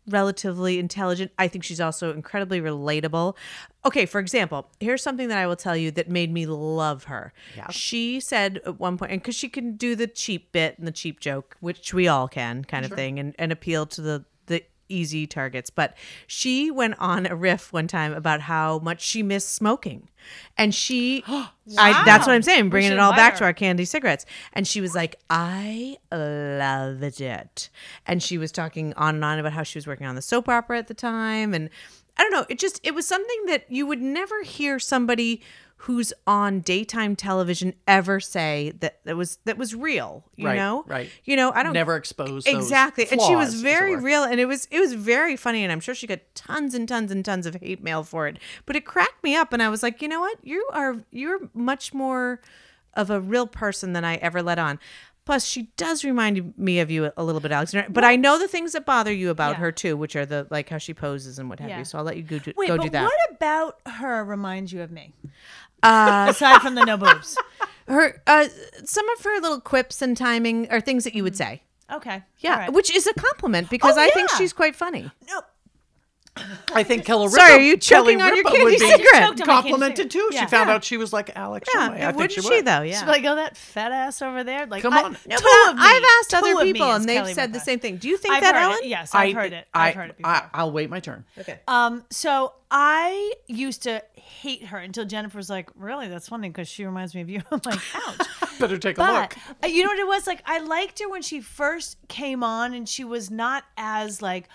C: relatively intelligent. I think she's also incredibly relatable. Okay, for example, here's something that I will tell you that made me love her.
A: Yeah.
C: She said at one point, and because she can do the cheap bit and the cheap joke, which we all can, kind of thing, and, and appeal to the the easy targets. But she went on a riff one time about how much she missed smoking, and she, I, that's what I'm saying, bringing
B: should
C: it all back
B: invite
C: to our candy cigarettes. And she was like, I loved it, and she was talking on and on about how she was working on the soap opera at the time, and I don't know, it just it was something that you would never hear somebody who's on daytime television ever say that that was that was real you
A: Right,
C: know
A: right.
C: you know i
B: Oh,
C: don't
A: Never exposed those
C: exactly and she was
A: flaws, as it
C: very
A: were.
C: real and it was it was very funny and i'm sure she got tons and tons and tons of hate mail for it but it cracked me up and i was like you know what you are you're much more of a real person than i ever let on plus she does remind me of you a little bit alexander but i know the things that bother you about
B: Yeah.
C: her too which are the like how she poses and what have
B: Yeah.
C: you so i'll let you go do,
B: Wait,
C: go
B: but
C: do that
B: what about her reminds you of me?
C: Uh,
B: Aside from the no boobs.
C: her uh, some of her little quips and timing are things that you would say
B: Okay.
C: yeah
B: All right.
C: which is a compliment because
B: Oh,
C: i think
B: yeah.
C: she's quite funny
B: No.
A: I think Kelly Ripa.
C: Sorry, are you
A: Kelly
C: choking on your
A: Ripa would
C: candy
A: be
C: cigarette?
B: Choked on my candy
A: complimented
B: cigarette.
A: too.
B: Yeah.
A: She found out she was like Alex.
C: Yeah,
A: Shumway.
C: and
A: I think
C: wouldn't
A: she,
C: she,
A: would.
C: though? Yeah.
B: She's like, oh, that fat ass over there. Like,
A: Come
B: I-
A: on. No,
C: no,
B: two
C: but I-
B: of me-
C: I've asked
B: two
C: other
B: of me
C: people,
B: is
C: and they've
B: Kelly
C: said the
B: Ripa.
C: same thing. Do you think
B: I've
C: that,
B: heard
C: Ellen?
B: It. Yes, I've
A: I-
B: heard it.
A: I,
B: I've heard it before.
A: I, I'll wait my turn. Okay.
B: Um, so I used to hate her until Jennifer was like, "Really, that's funny because she reminds me of you." I'm like, "Ouch!"
A: Better take a
B: but
A: look.
B: uh, you know what it was like? I liked her when she first came on, and she was not as like.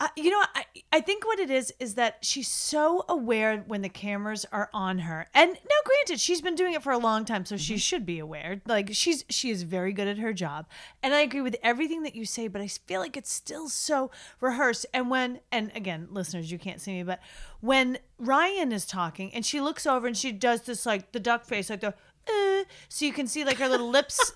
B: Uh, you know, I, I think what it is is that she's so aware when the cameras are on her. And now, granted, she's been doing it for a long time, so she should be aware. Like she's she is very good at her job, and I agree with everything that you say. But I feel like it's still so rehearsed. And when and again, listeners, you can't see me, but when Ryan is talking and she looks over and she does this like the duck face, like the uh, so you can see like her little lips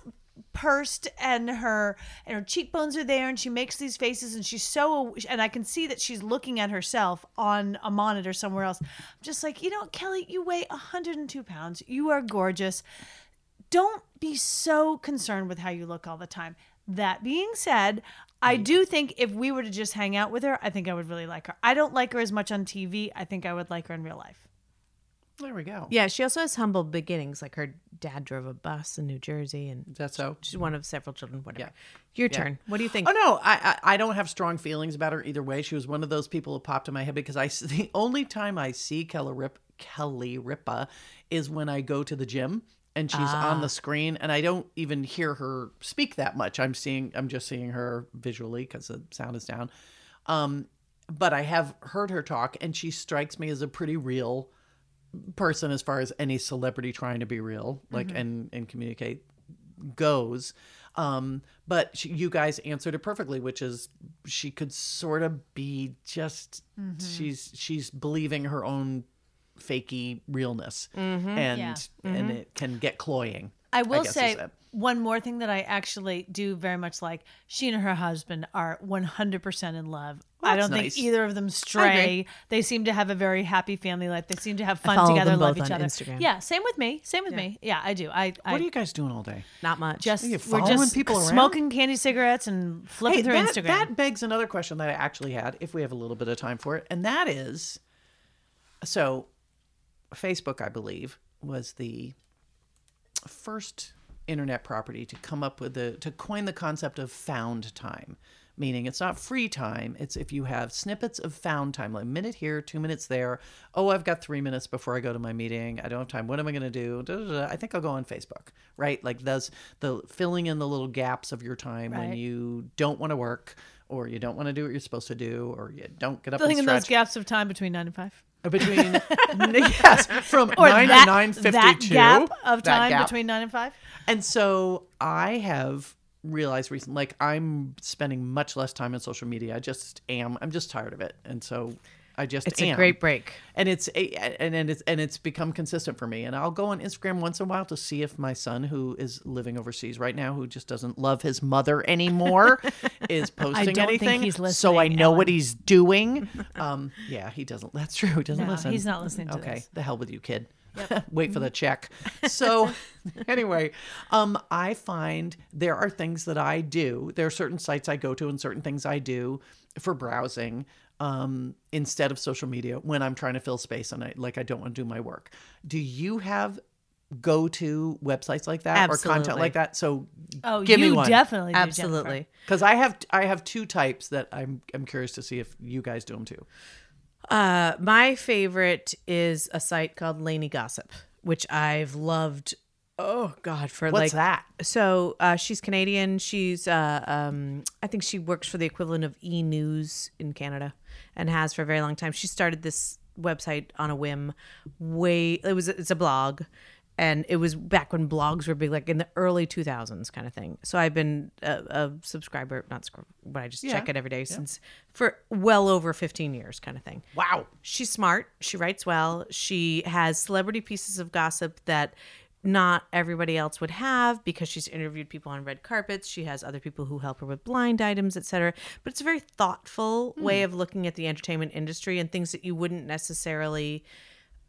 B: pursed and her and her cheekbones are there and she makes these faces and she's so and I can see that she's looking at herself on a monitor somewhere else. I'm just like, you know, Kelly, you weigh 102 pounds. You are gorgeous. Don't be so concerned with how you look all the time. That being said, I do think if we were to just hang out with her, I think I would really like her. I don't like her as much on TV. I think I would like her in real life.
A: There we go.
C: Yeah, she also has humble beginnings. Like her dad drove a bus in New Jersey, and
A: That's so.
C: she's one of several children. Whatever.
A: Yeah.
C: Your turn. What do you think?
A: Oh no, I, I I don't have strong feelings about her either way. She was one of those people who popped in my head because I s- the only time I see Kelly Rip Kelly Ripa is when I go to the gym and she's on the screen and I don't even hear her speak that much. I'm seeing I'm just seeing her visually because the sound is down. Um, but I have heard her talk and she strikes me as a pretty real person as far as any celebrity trying to be real like and and communicate goes um but she, you guys answered it perfectly which is she could sort of be just she's she's believing her own fakey realness and and it can get cloying
B: I will
A: guess
B: say
A: is it.
B: one more thing that I actually do very much like. She and her husband are 100% in love. I
A: that's
B: don't
A: nice.
B: think either of them stray. They seem to have a very happy family life. They seem to have fun
C: follow
B: together,
C: them
B: love
C: both
B: each
C: on
B: other.
C: Instagram.
B: Yeah, same with me. Same with me. Yeah, I do. I, I
A: What are you guys doing all day?
C: Not much.
B: just
A: you
B: we're
A: following
B: just
A: people around?
B: smoking candy cigarettes and flipping
A: Hey,
B: through
A: that,
B: Instagram.
A: that begs another question that I actually had, if we have a little bit of time for it, and that is, so Facebook, I believe, was the first internet property to come up with the to coin the concept of found time, meaning it's not free time. It's if you have snippets of found time, like a minute here, two minutes there. Oh, I've got three minutes before I go to my meeting. I don't have time. What am I going to do? Da, da, da. I think I'll go on Facebook, right? Like that's the filling in the little gaps of your time when
B: Right.
A: you don't want to work. Or you don't want to do what you're supposed to do, or you don't get up
B: Filling
A: and
B: in those
A: stretch
B: gaps of time between nine and five.
A: between yes, from
B: Or
A: nine
B: that,
A: to nine
B: that
A: fifty-two.
B: gap of time between nine and five.
A: And so I have realized recently, like I'm spending much less time on social media. I just am. I'm just tired of it, and so I just
C: it's
A: am.
C: a great break.
A: And it's a- and and it's and it's become consistent for me. And I'll go on Instagram once in a while to see if my son, who is living overseas right now, who just doesn't love his mother anymore, is posting
B: don't think
A: anything.
B: he's
A: so I
B: listening,
A: know what he's doing. Um, yeah, he doesn't. That's true. He doesn't
B: No,
A: listen.
B: he's not listening to
A: okay, Mm-hmm.
B: this.
A: the hell with you, kid. Wait for the check. So, anyway, um, I find there are things that I do. There are certain sites I go to and certain things I do for browsing um, instead of social media when I'm trying to fill space and I like I don't want to do my work. Do you have go to websites like that or content
C: Absolutely.
A: like that? So,
B: Oh,
A: Give me
B: you
A: one.
B: definitely do, Jennifer.
C: Absolutely.
A: because I have I have two types that I'm I'm curious to see if you guys do them too.
C: Uh, my favorite is a site called Laney Gossip, which I've loved. Oh God, for
A: What's
C: like
A: that?
C: So uh, she's Canadian. She's uh, um, I think she works for the equivalent of E News in Canada, and has for a very long time. She started this website on a whim. Way it was it's a blog, and it was back when blogs were big, like in the early two thousands kind of thing. So I've been a, a subscriber, not subscriber, but I just check it every day since for well over fifteen years, kind of thing
A: Wow.
C: she's smart she writes well she has celebrity pieces of gossip that not everybody else would have because she's interviewed people on red carpets she has other people who help her with blind items etc but it's a very thoughtful way of looking at the entertainment industry and things that you wouldn't necessarily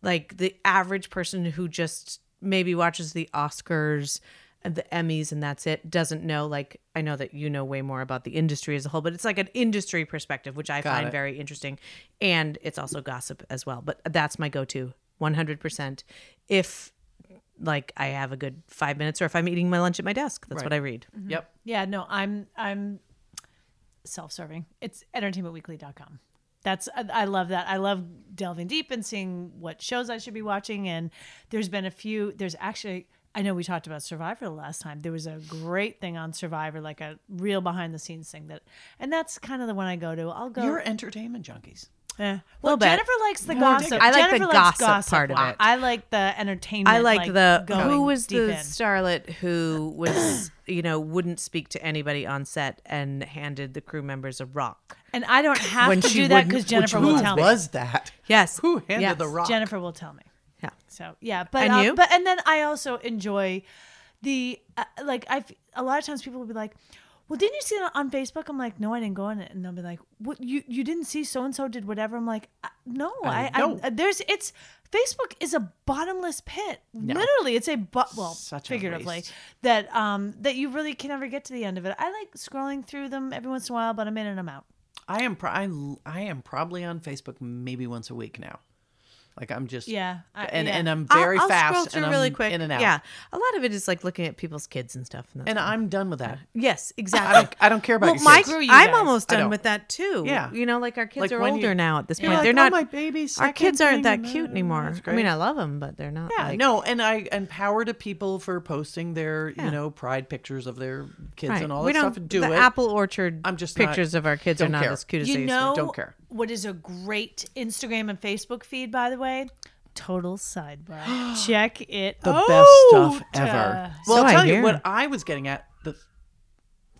C: like the average person who just maybe watches the Oscars and the Emmys and that's it doesn't know like I know that you know way more about the industry as a whole but it's like an industry perspective which I find
A: it.
C: very interesting and it's also gossip as well but that's my go-to 100% if like I have a good 5 minutes or if I'm eating my lunch at my desk that's what I read
A: Yep.
B: Yeah, no, I'm I'm self-serving. It's entertainmentweekly.com. That's I, I love that. I love delving deep and seeing what shows I should be watching and there's been a few there's actually I know we talked about Survivor the last time. There was a great thing on Survivor like a real behind the scenes thing that and that's kind of the one I go to. I'll go
A: You're entertainment junkies.
B: eh. Well,
C: bit.
B: Jennifer likes the
A: I
B: gossip.
A: dig it.
C: I like the
B: Jennifer likes
C: gossip part of it.
B: I like the entertainment.
C: I like, the
B: going
C: who was
B: deep
C: the
B: in.
C: starlet who was you know wouldn't speak to anybody on set and handed the crew members a rock.
B: and I don't have
A: when
B: to
A: she
B: do that
A: wouldn't-
B: because
A: which
B: Jennifer
A: who
B: will tell me.
A: was that?
C: Yes.
A: Who handed
C: Yes.
A: the rock?
B: Jennifer will tell me.
C: Yeah.
B: So yeah, but
C: And
B: um,
C: you?
B: but and then I also enjoy the uh, like I a lot of times people will be like, well, didn't you see that on Facebook? I'm like, no, I didn't go on it, and they'll be like, what you you didn't see so and so did whatever. I'm like, "Uh, no, I, I,
A: know.
B: there's it's Facebook is a bottomless pit. Literally, it's a but well
A: Such a
B: figuratively
A: waste.
B: that um that you really can never get to the end of it. I like scrolling through them every once in a while, but I'm in and I'm out.
A: I am pro- I, l- I am probably on Facebook maybe once a week now. Like I'm just
B: Yeah, I-
A: and
B: yeah.
A: and I'm very
C: I'll, I'll
A: fast
C: Scroll through
A: and
C: really
A: I'm
C: quick.
A: in and out.
C: Yeah. A lot of it is like looking at people's kids and stuff. And, that's
A: and I'm done with that.
C: yes,
A: I
C: exactly.
A: don't I don't care about
C: well,
A: your
C: my,
A: kids.
B: Screw you
C: I'm
B: guys.
C: almost
A: I
C: done
A: don't.
C: with that too.
A: Yeah.
C: You know, like our kids
A: Like
C: are
A: when
C: older
A: you-
C: now at this
A: You're
C: point.
A: like,
C: they're
A: "Oh,
C: not
A: my baby's
C: Our
A: second
C: kids aren't
A: thing
C: that
A: and
C: cute
A: that's
C: anymore. I
A: great.
C: mean, I love them, but they're not.
A: Yeah,
C: like,
A: no, and I and power to people for posting their you know pride pictures of their kids
C: right.
A: and all
C: we
A: that
C: don't,
A: stuff. Do
C: the
A: it.
C: apple orchard.
A: I'm just not-
C: pictures of our kids are
A: don't
C: not
A: care.
C: as cute as they
B: You
C: used to be.
B: know,
A: Don't care.
B: What is a great Instagram and Facebook feed, by the way? Total sidebar. Check it.
A: the
B: out. Uh,
A: best stuff ever. Oh, Well,
C: So
A: I'll
C: I
A: tell you
C: hear.
A: what I was getting at. The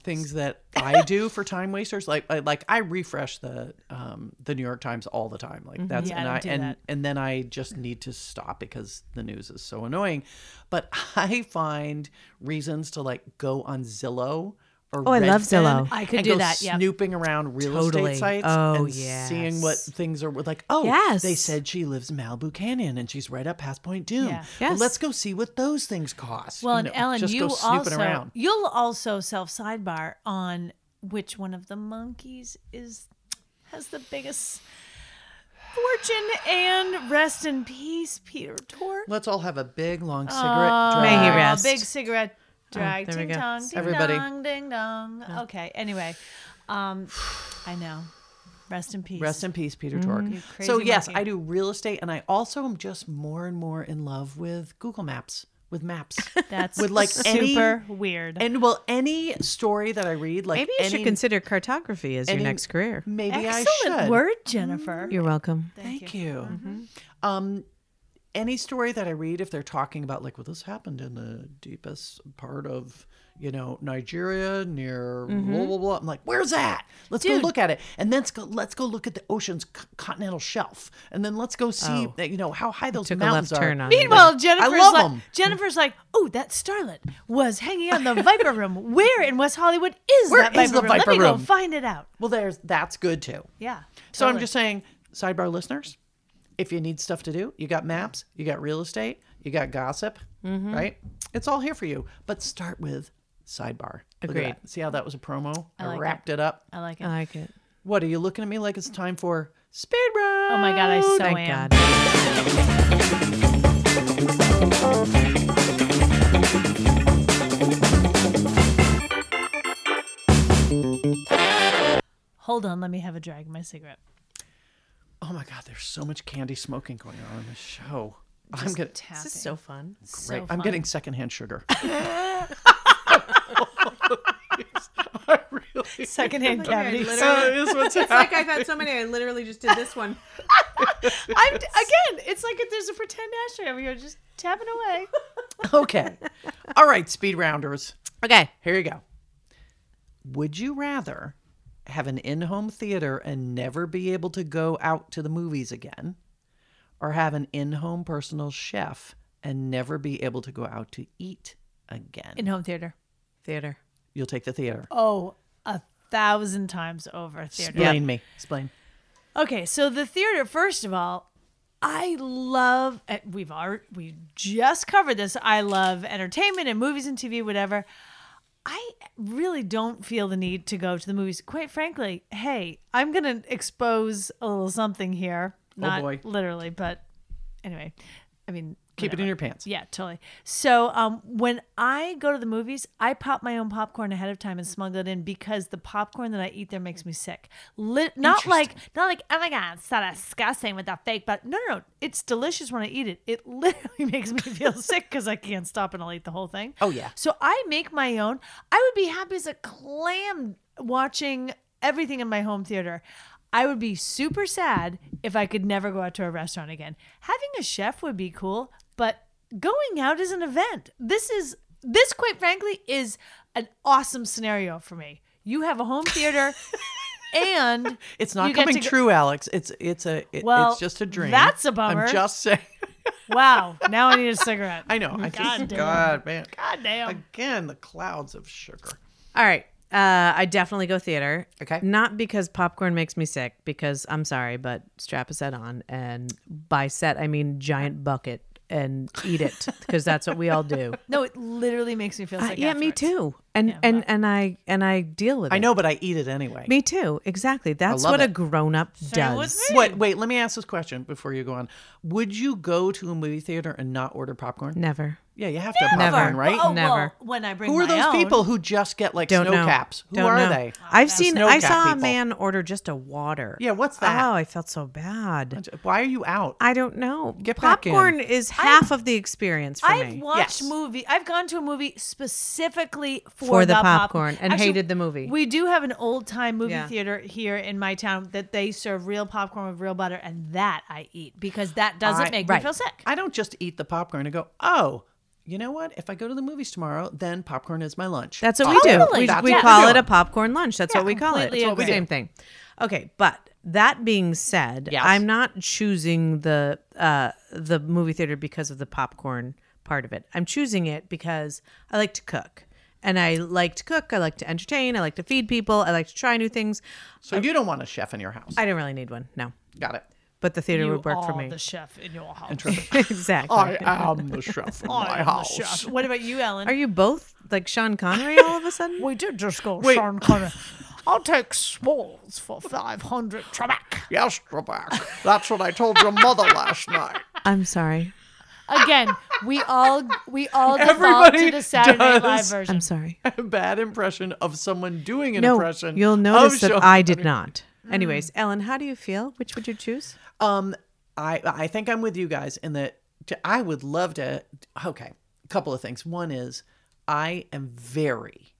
A: things that I do for time wasters. Like I, like I refresh the um, the New York Times all the time.
C: Mm-hmm.
A: Like that's
B: Yeah, I
A: and
B: don't do
A: and
B: that.
A: and then I just need to stop because the news is so annoying. But I find reasons to like go on Zillow. Or
C: Oh, I love
A: Redfin
C: Zillow.
B: I could
A: and
B: do
A: go
B: that, yep.
A: Snooping around real
C: Totally.
A: estate sites
C: Oh,
A: and seeing what
C: yes.
A: things are like. Oh,
C: Yes.
A: they said she lives in Malibu Canyon and she's right up past Point Doom.
B: Yeah.
A: Well,
C: Yes.
A: let's go see what those things cost.
B: Well, and
A: No,
B: Ellen,
A: just
B: you
A: go snooping
B: also
A: around.
B: you'll also self sidebar on which one of the monkeys is has the biggest fortune and rest in peace, Peter Tork.
A: Let's all have a big long cigarette.
B: Aw,
C: May he
A: drag.
C: rest.
B: Big cigarette
A: Oh,
B: drag.
C: there we
B: ding
C: go.
B: dong, ding
A: Everybody.
B: dong, ding dong. Okay. Anyway, um, I know. Rest in peace.
A: Rest in peace, Peter Tork.
B: Mm, crazy
A: So yes,
B: monkey.
A: I do real estate, and I also am just more and more in love with Google Maps, with maps,
B: That's
A: with like any-
B: super weird.
A: and well, any story that I read, like
C: Maybe you
A: any-
C: should consider cartography as your
A: any-
C: next career.
A: Maybe
B: Excellent
A: I should.
B: word, Jennifer.
C: You're welcome.
A: Thank you.
C: Mm-hmm.
A: Um, any story that I read, if they're talking about like, well, this happened in the deepest part of, you know, Nigeria near
C: Mm-hmm.
A: blah blah blah. I'm like, where's that? Let's
B: Dude.
A: go look at it, and then let's go, let's go look at the ocean's c- continental shelf, and then let's go see,
C: Oh.
A: that you know, how high those
C: Took a left
A: mountains are.
C: turn on. you.
B: Meanwhile, Jennifer's
A: love
B: like,
A: 'em.
B: Jennifer's like, oh, that starlet was hanging out in the Viper Room. Where in West Hollywood is
A: Where
B: that
A: is
B: Viper
A: the
B: Room?
A: Viper
B: Let me
A: Room?"
B: go find it out.
A: Well, there's that's good too.
B: Yeah.
A: So I'm
B: totally.
A: just saying, sidebar listeners, if you need stuff to do, you got maps, you got real estate, you got gossip,
B: Mm-hmm.
A: right? It's all here for you. But start with sidebar. Look at
C: Agreed.
A: that. See how that was a promo? I,
B: like
A: wrapped it. up.
B: I like it.
C: I like it.
A: What are you looking at me like it's time for speed run?
B: oh my god, I so
C: Thank
B: am.
C: God.
B: Hold on, let me have a drag of my cigarette.
A: Oh my god, there's so much candy smoking going on in this show. I'm gonna
B: Tapping.
C: This is so fun.
B: So
A: Right. I'm
B: fun.
A: getting secondhand sugar.
B: secondhand
C: I
B: cavities.
C: literally-
A: is what's
C: it's like I've had so many. I literally just did this one.
B: I'm again. It's like if there's a pretend ashtray over here, just tapping away.
A: okay. All right, speed rounders.
C: Okay.
A: Here you go. Would you rather have an in home theater and never be able to go out to the movies again, or have an in home personal chef and never be able to go out to eat again?
B: In home theater.
C: Theater.
A: You'll take the theater.
B: Oh, a thousand times over theater.
A: Explain me. Explain.
B: Okay, so the theater. First of all, I love. eh, We've already we just covered this. I love entertainment and movies and TV, whatever. I really don't feel the need to go to the movies. Quite frankly, hey, I'm gonna expose a little something here. Not
A: Oh, boy.
B: literally, but anyway. I mean,
A: Keep it in your pants.
B: Yeah, totally. So um, when I go to the movies, I pop my own popcorn ahead of time and smuggle it in because the popcorn that I eat there makes me sick. Li- not like not like oh my god, it's so disgusting with that fake. But no, no, no, it's delicious when I eat it. It literally makes me feel sick because I can't stop and I'll eat the whole thing.
A: Oh, yeah.
B: So I make my own. I would be happy as a clam watching everything in my home theater. I would be super sad if I could never go out to a restaurant again. Having a chef would be cool, but going out is an event. This is this quite frankly is an awesome scenario for me. You have a home theater and
A: It's not
B: you get
A: coming
B: to go-
A: true, Alex. It's it's a it-
B: Well,
A: it's just a dream.
B: that's a bummer.
A: I'm just saying.
B: wow, now I need a cigarette.
A: I know. I
B: God
A: just,
B: damn.
A: God man.
B: God damn.
A: Again, the clouds of sugar.
C: All right. Uh, I definitely go theater.
A: Okay.
C: Not because popcorn makes me sick, because I'm sorry, but strap a set on. And by set, I mean giant bucket and eat it, because that's what we all do.
B: No, it literally makes me feel
C: Uh,
B: sick.
C: yeah, me
B: afterwards.
C: too. And and and I and I deal with it.
A: I know, but I eat it anyway.
C: Me too. Exactly. That's
A: love
C: what a
A: it.
C: grown up does.
B: with me.
A: What? Wait, let me ask this question before you go on. Would you go to a movie theater and not order popcorn?
C: Never.
A: Yeah, you have to have popcorn,
C: Never.
A: right?
B: Oh, well,
C: Never.
B: when I bring
A: Who are
B: my
A: those
B: own-
A: people who just get like
C: Don't
A: snow
C: know.
A: caps? Who
C: Don't
A: are
C: know.
A: they?
C: I've seen.
A: snow
C: I
A: cat
C: saw
A: people.
C: a man order just a water.
A: Yeah, what's that?
C: Oh, I felt so bad.
A: Why are you out?
C: I don't know.
A: Get back in.
C: popcorn is half of the experience for
B: I've
C: me.
B: watched
A: Yes.
B: movie. I've gone to a movie specifically for,
C: For the
B: pop-
C: popcorn and hated the movie.
B: We do have an old time movie
C: Yeah.
B: theater here in my town that they serve real popcorn with real butter, and that I eat because that doesn't
A: I-
B: make me
C: right.
B: feel sick.
A: I don't just eat the popcorn and go, oh, you know what? If I go to the movies tomorrow, then popcorn is my lunch. Ah,
C: That's what we do.
B: Totally.
C: We,
B: That's
C: we
B: what we
C: call
A: do.
C: it a popcorn lunch. That's what we call it.
B: completely
C: It's all the
B: agree.
C: same thing. Okay, but that being said,
A: Yes.
C: I'm not choosing the uh, the movie theater because of the popcorn part of it. I'm choosing it because I like to cook. And I like to cook. I like to entertain. I like to feed people. I like to try new things.
A: so you don't want a chef in your house.
C: I don't really need one. No.
A: Got it.
C: But the theater
B: You
C: would work for
B: are
C: me.
B: the chef in your house.
C: exactly.
A: I am the chef in
B: I
A: my
B: am the
A: house.
B: chef. What about you, Ellen?
C: Are you both like Sean Connery all of a sudden?
B: we did just go
A: Wait.
B: Sean Connery. I'll take smalls for 500 Trebek.
A: Yes, Trebek. That's what I told your mother last night.
C: I'm sorry.
B: Again, we all we all default
A: Everybody
B: to the Saturday Night Live
A: does.
B: version.
C: I'm sorry.
A: A bad impression of someone doing an impression.
C: You'll
A: of
C: notice that
A: Sean
C: I did not.
B: mm.
C: Anyways, Ellen, how do you feel? Which would you choose?
A: Um, I I think I'm with you guys in that t- I would love to. Okay, a couple of things. One is I am very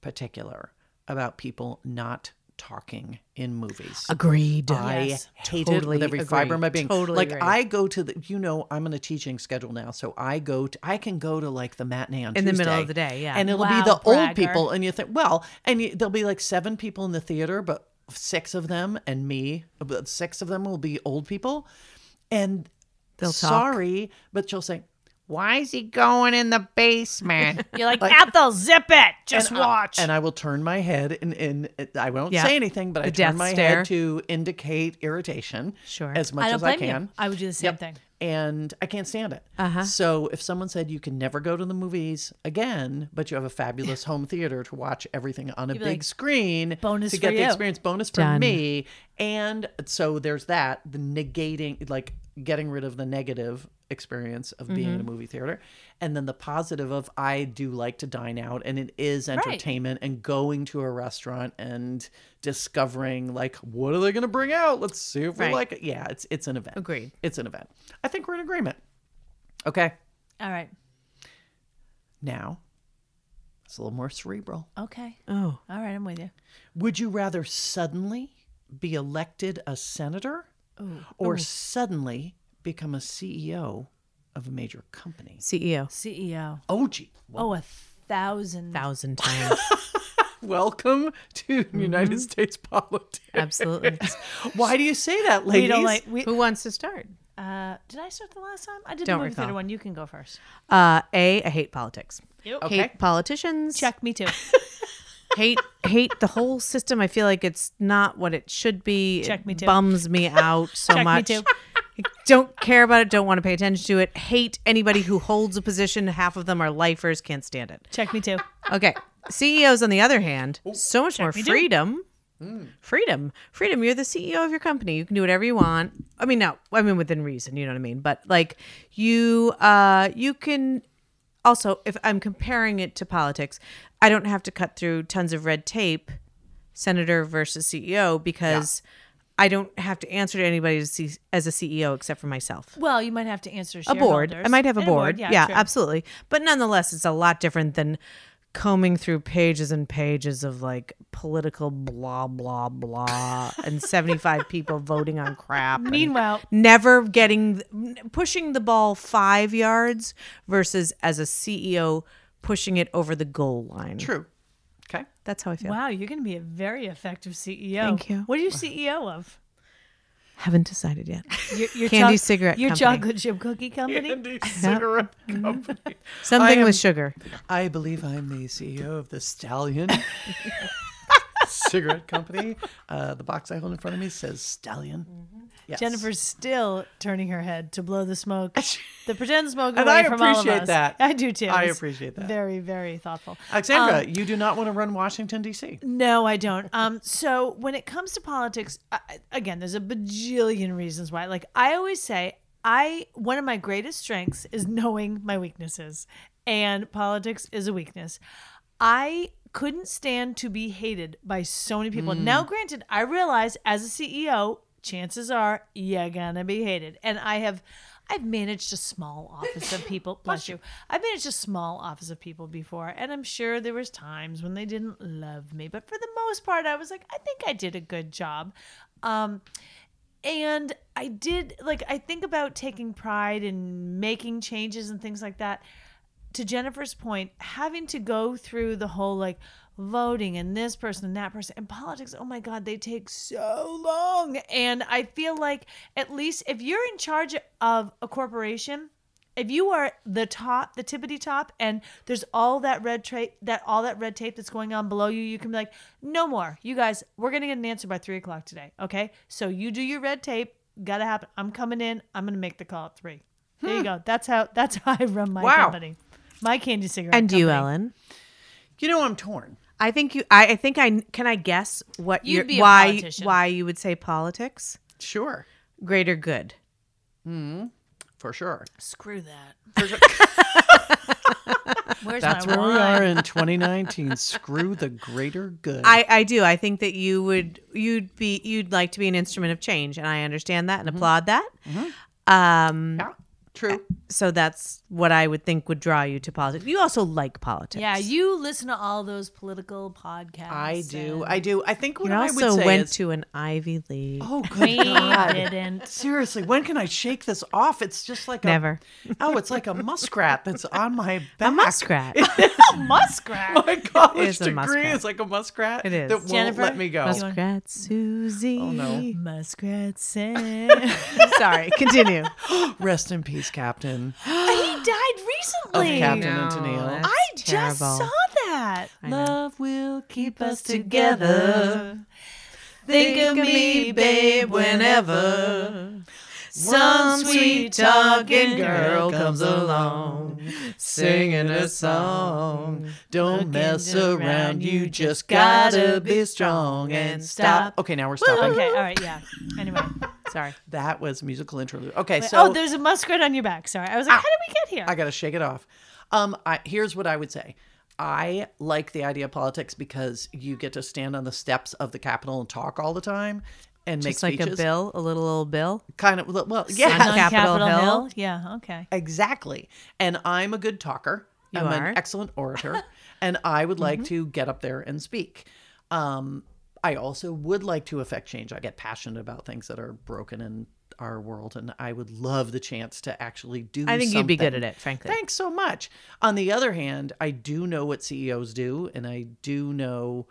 A: particular about people not talking in movies.
C: Agreed.
A: I
B: Yes.
A: hate
C: Totally
A: it with every fiber of my
C: agree.
A: being.
C: Totally
A: like
C: agree.
A: I go to the, you know, I'm on a teaching schedule now, so I go to, I can go to like the matinee on
C: In the
A: Tuesday,
C: middle of the day, yeah.
A: and it'll
B: Wow,
A: be the
B: bragger.
A: old people, and you think, well, and you, there'll be like seven people in the theater, but six of them and me, but six of them will be old people, and
C: They'll talk.
A: sorry, but she'll say,
D: Why is he going in the basement?
B: You're like, Ethel, zip it. Just
A: and I-
B: watch.
A: Ah, and I will turn my head and, and I won't
C: Yeah.
A: say anything, but I
C: death
A: turn my
C: stare.
A: head to indicate irritation
C: Sure.
A: as much
B: I don't
A: as I
B: blame
A: can.
B: you. I would do the same thing.
A: and I can't stand it.
C: Uh-huh.
A: So if someone said you can never go to the movies again, but you have a fabulous home theater to watch everything on a big
B: be like,
A: screen
B: "Bonus
A: to get
B: for
A: the
B: you."
A: experience bonus for
C: Done.
A: me, and so there's that the negating like getting rid of the negative experience of being
C: Mm-hmm.
A: in a movie theater and then the positive of I do like to dine out and it is entertainment and going to a restaurant and discovering like what are they going to bring out let's see if
C: Right.
A: we like it yeah it's it's an event
C: Agreed.
A: it's an event. I think we're in agreement. Okay.
B: All right.
A: Now, it's a little more cerebral.
B: Okay.
C: Oh,
B: All right. I'm with you.
A: Would you rather suddenly be elected a senator or suddenly become a CEO of a major company?
C: CEO.
B: CEO.
A: Oh, gee. Well,
B: Oh, a thousand.
C: Thousand times.
A: welcome to United States politics.
C: Absolutely.
A: Mm-hmm. Why do you say that, ladies?
B: We don't like. We,
C: Who wants to start?
B: uh, did I start the last time? I did
C: Don't
B: the movie theater
C: recall.
B: one. You can go first.
C: Uh, a, I hate politics.
A: Okay.
C: Hate politicians.
B: Check me too.
C: Hate hate the whole system. I feel like it's not what it should be.
B: Check
C: it
B: me too.
C: Bums me out so
B: Check me
C: much.
B: too.
C: Don't care about it. Don't want to pay attention to it. Hate anybody who holds a position. Half of them are lifers. Can't stand it.
B: Check me too.
C: Okay. CEOs, on the other hand, so much more
B: me too.
C: freedom. Freedom. Freedom. You're the CEO of your company. You can do whatever you want. I mean, no, I mean, within reason, you know what I mean? But like you, uh, you can also, if I'm comparing it to politics, I don't have to cut through tons of red tape, senator versus CEO, because I don't have to answer to anybody as C- as a CEO except for myself
B: Well, you might have to answer
C: a board. I
B: shareholders.
C: might have a
B: And
C: board. Yeah,
B: true.
C: absolutely. But nonetheless, it's a lot different than combing through pages and pages of like political blah blah blah and 75 people voting on crap. and
B: Meanwhile-
C: never getting pushing the ball 5 yards versus as a CEO pushing it over the goal line.
A: True. Okay.
C: That's how I feel.
B: Wow, you're going to be a very effective CEO.
C: Thank you.
B: What are you CEO of?
C: Haven't decided yet.
B: Your, your
C: Candy cigarette
B: Your
C: company.
B: chocolate chip cookie company.
A: Andy Cigarette Company.
C: Something
A: I
C: with
A: am-
C: sugar.
A: I believe I'm the CEO of the Stallion Cigarette Company. Uh, the box I hold in front of me says Stallion. Yes.
B: Jennifer's still turning her head to blow the smoke, the pretend smoke
A: And
B: away
A: I
B: from all of
A: appreciate
B: us.
A: that.
B: I do too.
A: I
B: It's
A: appreciate that.
B: Very, very thoughtful.
A: Alexandra, you do not want to run Washington D.C.
B: No, I don't. Um, so when it comes to politics, I, I- again, there's a bajillion reasons why. Like I always say, I one of my greatest strengths is knowing my weaknesses, and politics is a weakness. I couldn't stand to be hated by so many
A: Mm.
B: people. Now, granted, I realize as a E CEO, chances are you're gonna be hated, and I have. I've managed a small office of people. Bless you. I've managed a small office of people before, and I'm sure there was times when they didn't love me, but for the most part, I was like, I think I did a good job. Um, and I did like I think about taking pride in making changes and things like that. to Jennifer's point, having to go through the whole like voting and this person and that person and politics, oh my God, they take so long. And I feel like at least if you're in charge of a corporation, if you are the top, the tippity top, and there's all that red tape, that all that red tape that's going on below you, you can be like, no more, you guys. We're gonna get an answer by three o'clock today, okay? So you do your red tape. Gotta happen. I'm coming in. I'm gonna make the call at three. There you go. That's how. That's how I run my
D: Wow.
B: company, my candy cigarette.
C: And you,
B: company.
C: Ellen?
A: You know, I'm torn.
C: I think you. I, I think I can. I guess what
B: You'd
C: your-
B: be a
C: why
B: politician.
C: why you would say politics
A: Sure.
C: greater good.
A: For sure.
B: Screw that. Where's
A: That's
B: my
A: where we
B: wine?
A: are in 2019. Screw the greater good.
C: I I do. I think that you would you'd be you'd like to be an instrument of change, and I understand that and
A: Mm-hmm.
C: applaud that. Um,
A: yeah, true.
C: so that's what I would think would draw you to politics. You also like politics.
B: Yeah, you listen to all those political podcasts.
A: I do.
B: and-
A: I do. I think what
C: You
A: I would
C: also
A: say
C: went
A: is,
C: to an Ivy League.
A: oh,
B: We
A: good God.
B: didn't.
A: Seriously, when can I shake this off? It's just like
C: Never.
A: A, oh, it's like a muskrat that's on my back.
C: A muskrat.
B: Muskrat.
A: My college
C: is a
A: degree
C: muskrat.
A: is like a muskrat.
C: It is.
A: That won't
B: Jennifer?
A: let me go.
B: Mus-
C: Muskrat Susie.
A: Oh, no.
B: Muskrat
C: Sorry. Continue.
A: Rest in peace, Captain.
B: he died recently.
A: Captain
D: No,
A: and Tennille.
D: that's
B: I just
C: terrible.
B: saw that.
C: know.
B: Love will keep us
A: together.
B: Think of me, babe, whenever some sweet talking girl
A: comes along, singing a song. Don't mess around, you just gotta be strong and stop. Okay, now we're stopping.
B: Oh, Okay, uh, all right, yeah. Anyway,
C: Sorry.
A: That was musical interlude. Okay,
B: Wait,
A: so
B: oh, there's a muskrat on your back. Sorry, I was like, how did we get here?
A: I gotta shake it off. Um, I, here's what I would say. I like the idea of politics because you get to stand on the steps of the Capitol and talk all the time and
C: Just
A: make
C: like a
A: speeches.
C: bill, a little old bill.
A: Kind of well,
C: Sun
A: yeah,
B: on
C: Capitol
B: Capitol
C: Hill?
B: Hill? Yeah. Okay.
A: Exactly. And I'm a good talker.
C: You
A: I'm
C: are. Mm-hmm.
A: an excellent orator. and I would like to get up there and speak. Um, I also would like to affect change. I get passionate about things that are broken in our world, and I would love the chance to actually do
C: I think you'd be good
A: something.
C: at it, frankly.
A: Thanks so much. On the other hand, I do know what CEOs do, and I do know